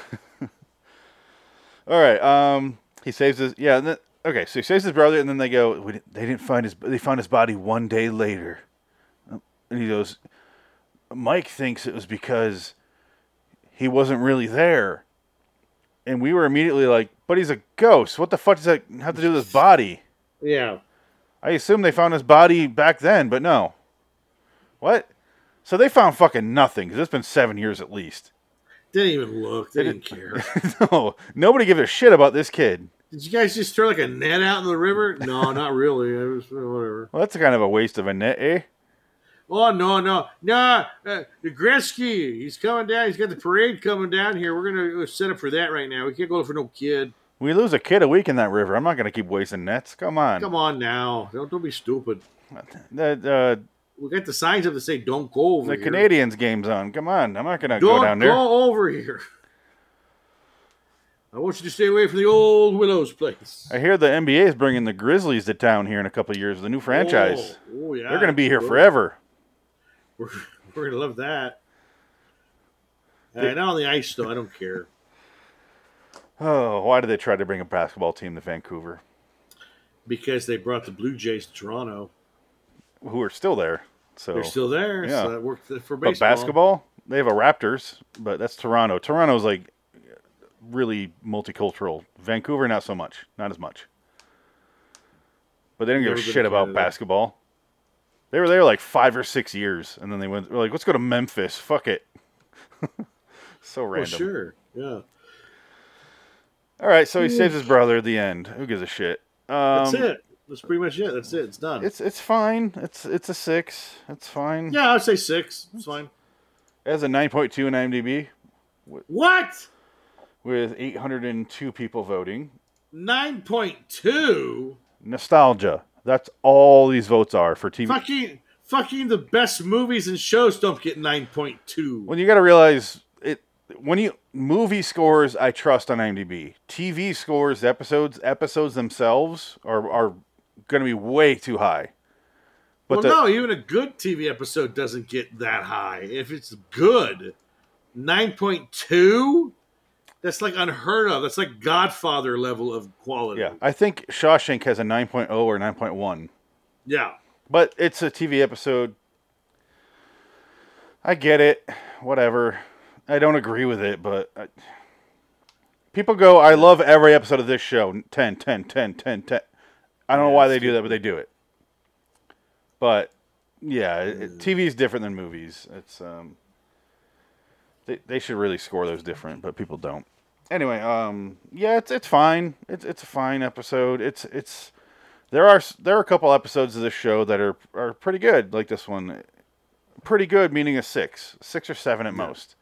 Speaker 2: All right. Um, he saves his yeah. And then, okay, so he saves his brother, and then they go. We didn't, they didn't find his. They found his body one day later, Uh, and he goes. Mike thinks it was because he wasn't really there, and we were immediately like, "But he's a ghost. What the fuck does that have to do with his body?"
Speaker 1: yeah.
Speaker 2: I assume they found his body back then, but no. What? So they found fucking nothing because it's been seven years at least.
Speaker 1: Didn't even look. They didn't care.
Speaker 2: no, nobody gives a shit about this kid.
Speaker 1: Did you guys just throw like a net out in the river? No, not really. It was uh, whatever.
Speaker 2: Well, that's kind of a waste of a net, eh?
Speaker 1: Oh no, no, no! Uh, Gretzky, he's coming down. He's got the parade coming down here. We're going to set up for that right now. We can't go for no kid.
Speaker 2: We lose a kid a week in that river. I'm not going to keep wasting nets. Come on.
Speaker 1: Come on now. Don't, don't be stupid.
Speaker 2: The,
Speaker 1: We got the signs up that say don't go
Speaker 2: uh,
Speaker 1: over
Speaker 2: the
Speaker 1: here.
Speaker 2: Canadians game's on. Come on. I'm not going to
Speaker 1: don't
Speaker 2: go down there.
Speaker 1: go over here. I want you to stay away from the old Willows place.
Speaker 2: I hear the NBA is bringing the Grizzlies to town here in a couple of years, the new franchise.
Speaker 1: Oh, oh, yeah.
Speaker 2: They're going to be here
Speaker 1: Well,
Speaker 2: forever.
Speaker 1: We're, we're going to love that. Uh, not on the ice, though. I don't care.
Speaker 2: Oh, why did they try to bring a basketball team to Vancouver?
Speaker 1: Because they brought the Blue Jays to Toronto.
Speaker 2: Who are still there. So
Speaker 1: They're still there.
Speaker 2: Oh, Yeah.
Speaker 1: So that worked for
Speaker 2: But
Speaker 1: baseball.
Speaker 2: basketball, they have a Raptors, but that's Toronto. Toronto's like really multicultural. Vancouver, not so much, not as much. But they didn't give a
Speaker 1: Never been
Speaker 2: shit
Speaker 1: to
Speaker 2: about
Speaker 1: Canada.
Speaker 2: basketball. They were there like five or six years, and then they went. They're like, let's go to Memphis. Fuck it. so
Speaker 1: Well,
Speaker 2: random.
Speaker 1: sure. Yeah.
Speaker 2: All right, so he saves his brother at the end. Who gives a shit? Um,
Speaker 1: That's it. That's pretty much it. That's it. It's done.
Speaker 2: It's it's fine. It's it's a six. It's fine.
Speaker 1: yeah, I'd say six. It's fine.
Speaker 2: It has a nine point two in IMDb
Speaker 1: What?
Speaker 2: with eight hundred and two people voting.
Speaker 1: 9.2?
Speaker 2: nostalgia. That's all these votes are for TV.
Speaker 1: Fucking, fucking the best movies and shows don't get 9.2.
Speaker 2: When you got to realize it, when you movie scores, I trust on IMDb. TV scores, episodes, episodes themselves are are going to be way too high.
Speaker 1: well,
Speaker 2: But the-
Speaker 1: no, even a good TV episode doesn't get that high. If it's good, 9.2? That's like unheard of. That's like Godfather level of quality.
Speaker 2: Yeah, I think Shawshank has a 9.0 or 9.1,
Speaker 1: Yeah.
Speaker 2: but it's a TV episode. I get it, whatever. I don't agree with it, but I... people go, I love every episode of this show. 10, 10, 10, 10, 10. I don't know why they do that, but they do it. But yeah, it, it- TV is different than movies. It's um, they they should really score those different, but people don't. Anyway, um, yeah, it's it's fine. It's it's a fine episode. It's it's there are s- there are a couple episodes of this show that are are pretty good, like this one. Pretty good, meaning a six, six or seven at most.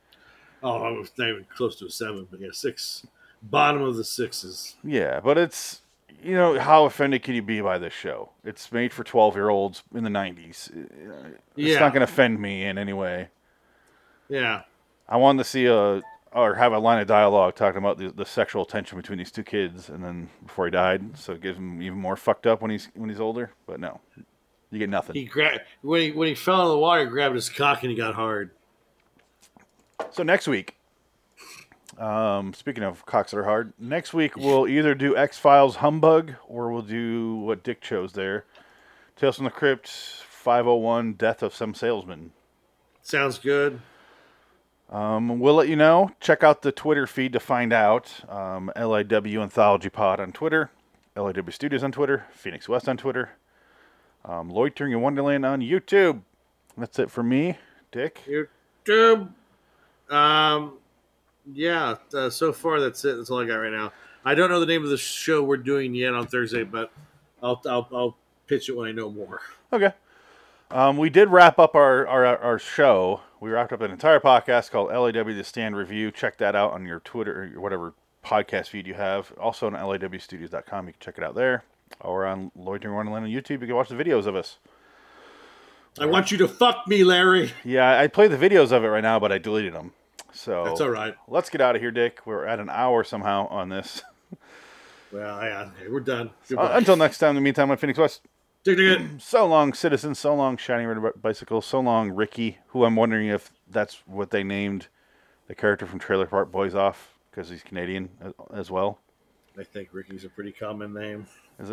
Speaker 1: Oh, I was not even close to a seven, but yeah, six. Bottom of the sixes.
Speaker 2: Yeah, but it's you know how offended can you be by this show? It's made for twelve year olds in the nineties. Uh, It's
Speaker 1: yeah.
Speaker 2: not going to offend me in any way.
Speaker 1: yeah.
Speaker 2: I wanted to see a or have a line of dialogue talking about the, the sexual tension between these two kids, and then before he died, so it gives him even more fucked up when he's when he's older. But no, you get nothing.
Speaker 1: He grabbed when he when he fell in the water, he grabbed his cock and he got hard.
Speaker 2: So next week, um, speaking of cocks that are hard, next week we'll either do X Files humbug or we'll do what Dick chose there, Tales from the Crypt, five hundred one, Death of Some Salesman.
Speaker 1: Sounds good.
Speaker 2: Um, we'll let you know. Check out the Twitter feed to find out. Um, LIW Anthology Pod on Twitter, LIW Studios on Twitter, Phoenix West on Twitter, um, Loitering in Wonderland on YouTube. That's it for me, Dick.
Speaker 1: YouTube. Um, yeah. Uh, so far, that's it. That's all I got right now. I don't know the name of the show we're doing yet on Thursday, but I'll I'll, I'll pitch it when I know more.
Speaker 2: Okay. Um, we did wrap up our, our our show. We wrapped up an entire podcast called LAW The Stand Review. Check that out on your Twitter or whatever podcast feed you have. Also on LAWstudios.com. You can check it out there. Or on Loitering Wonderland on YouTube. You can watch the videos of us.
Speaker 1: I want you to fuck me, Larry.
Speaker 2: Yeah, I play the videos of it right now, but I deleted them. So
Speaker 1: That's all right.
Speaker 2: Let's get out of here, Dick. We're at an hour somehow on this.
Speaker 1: Well, yeah, okay, we're done.
Speaker 2: Uh,
Speaker 1: Goodbye.
Speaker 2: until next time, in the meantime, I'm Phoenix West.
Speaker 1: Dig, dig, dig.
Speaker 2: So long, citizen. So long, shiny red bicycle. So long, Ricky. Who I'm wondering if that's what they named the character from Trailer Park Boys off because he's Canadian a- uh, as well.
Speaker 1: I think Ricky's a pretty common name.
Speaker 2: Is it?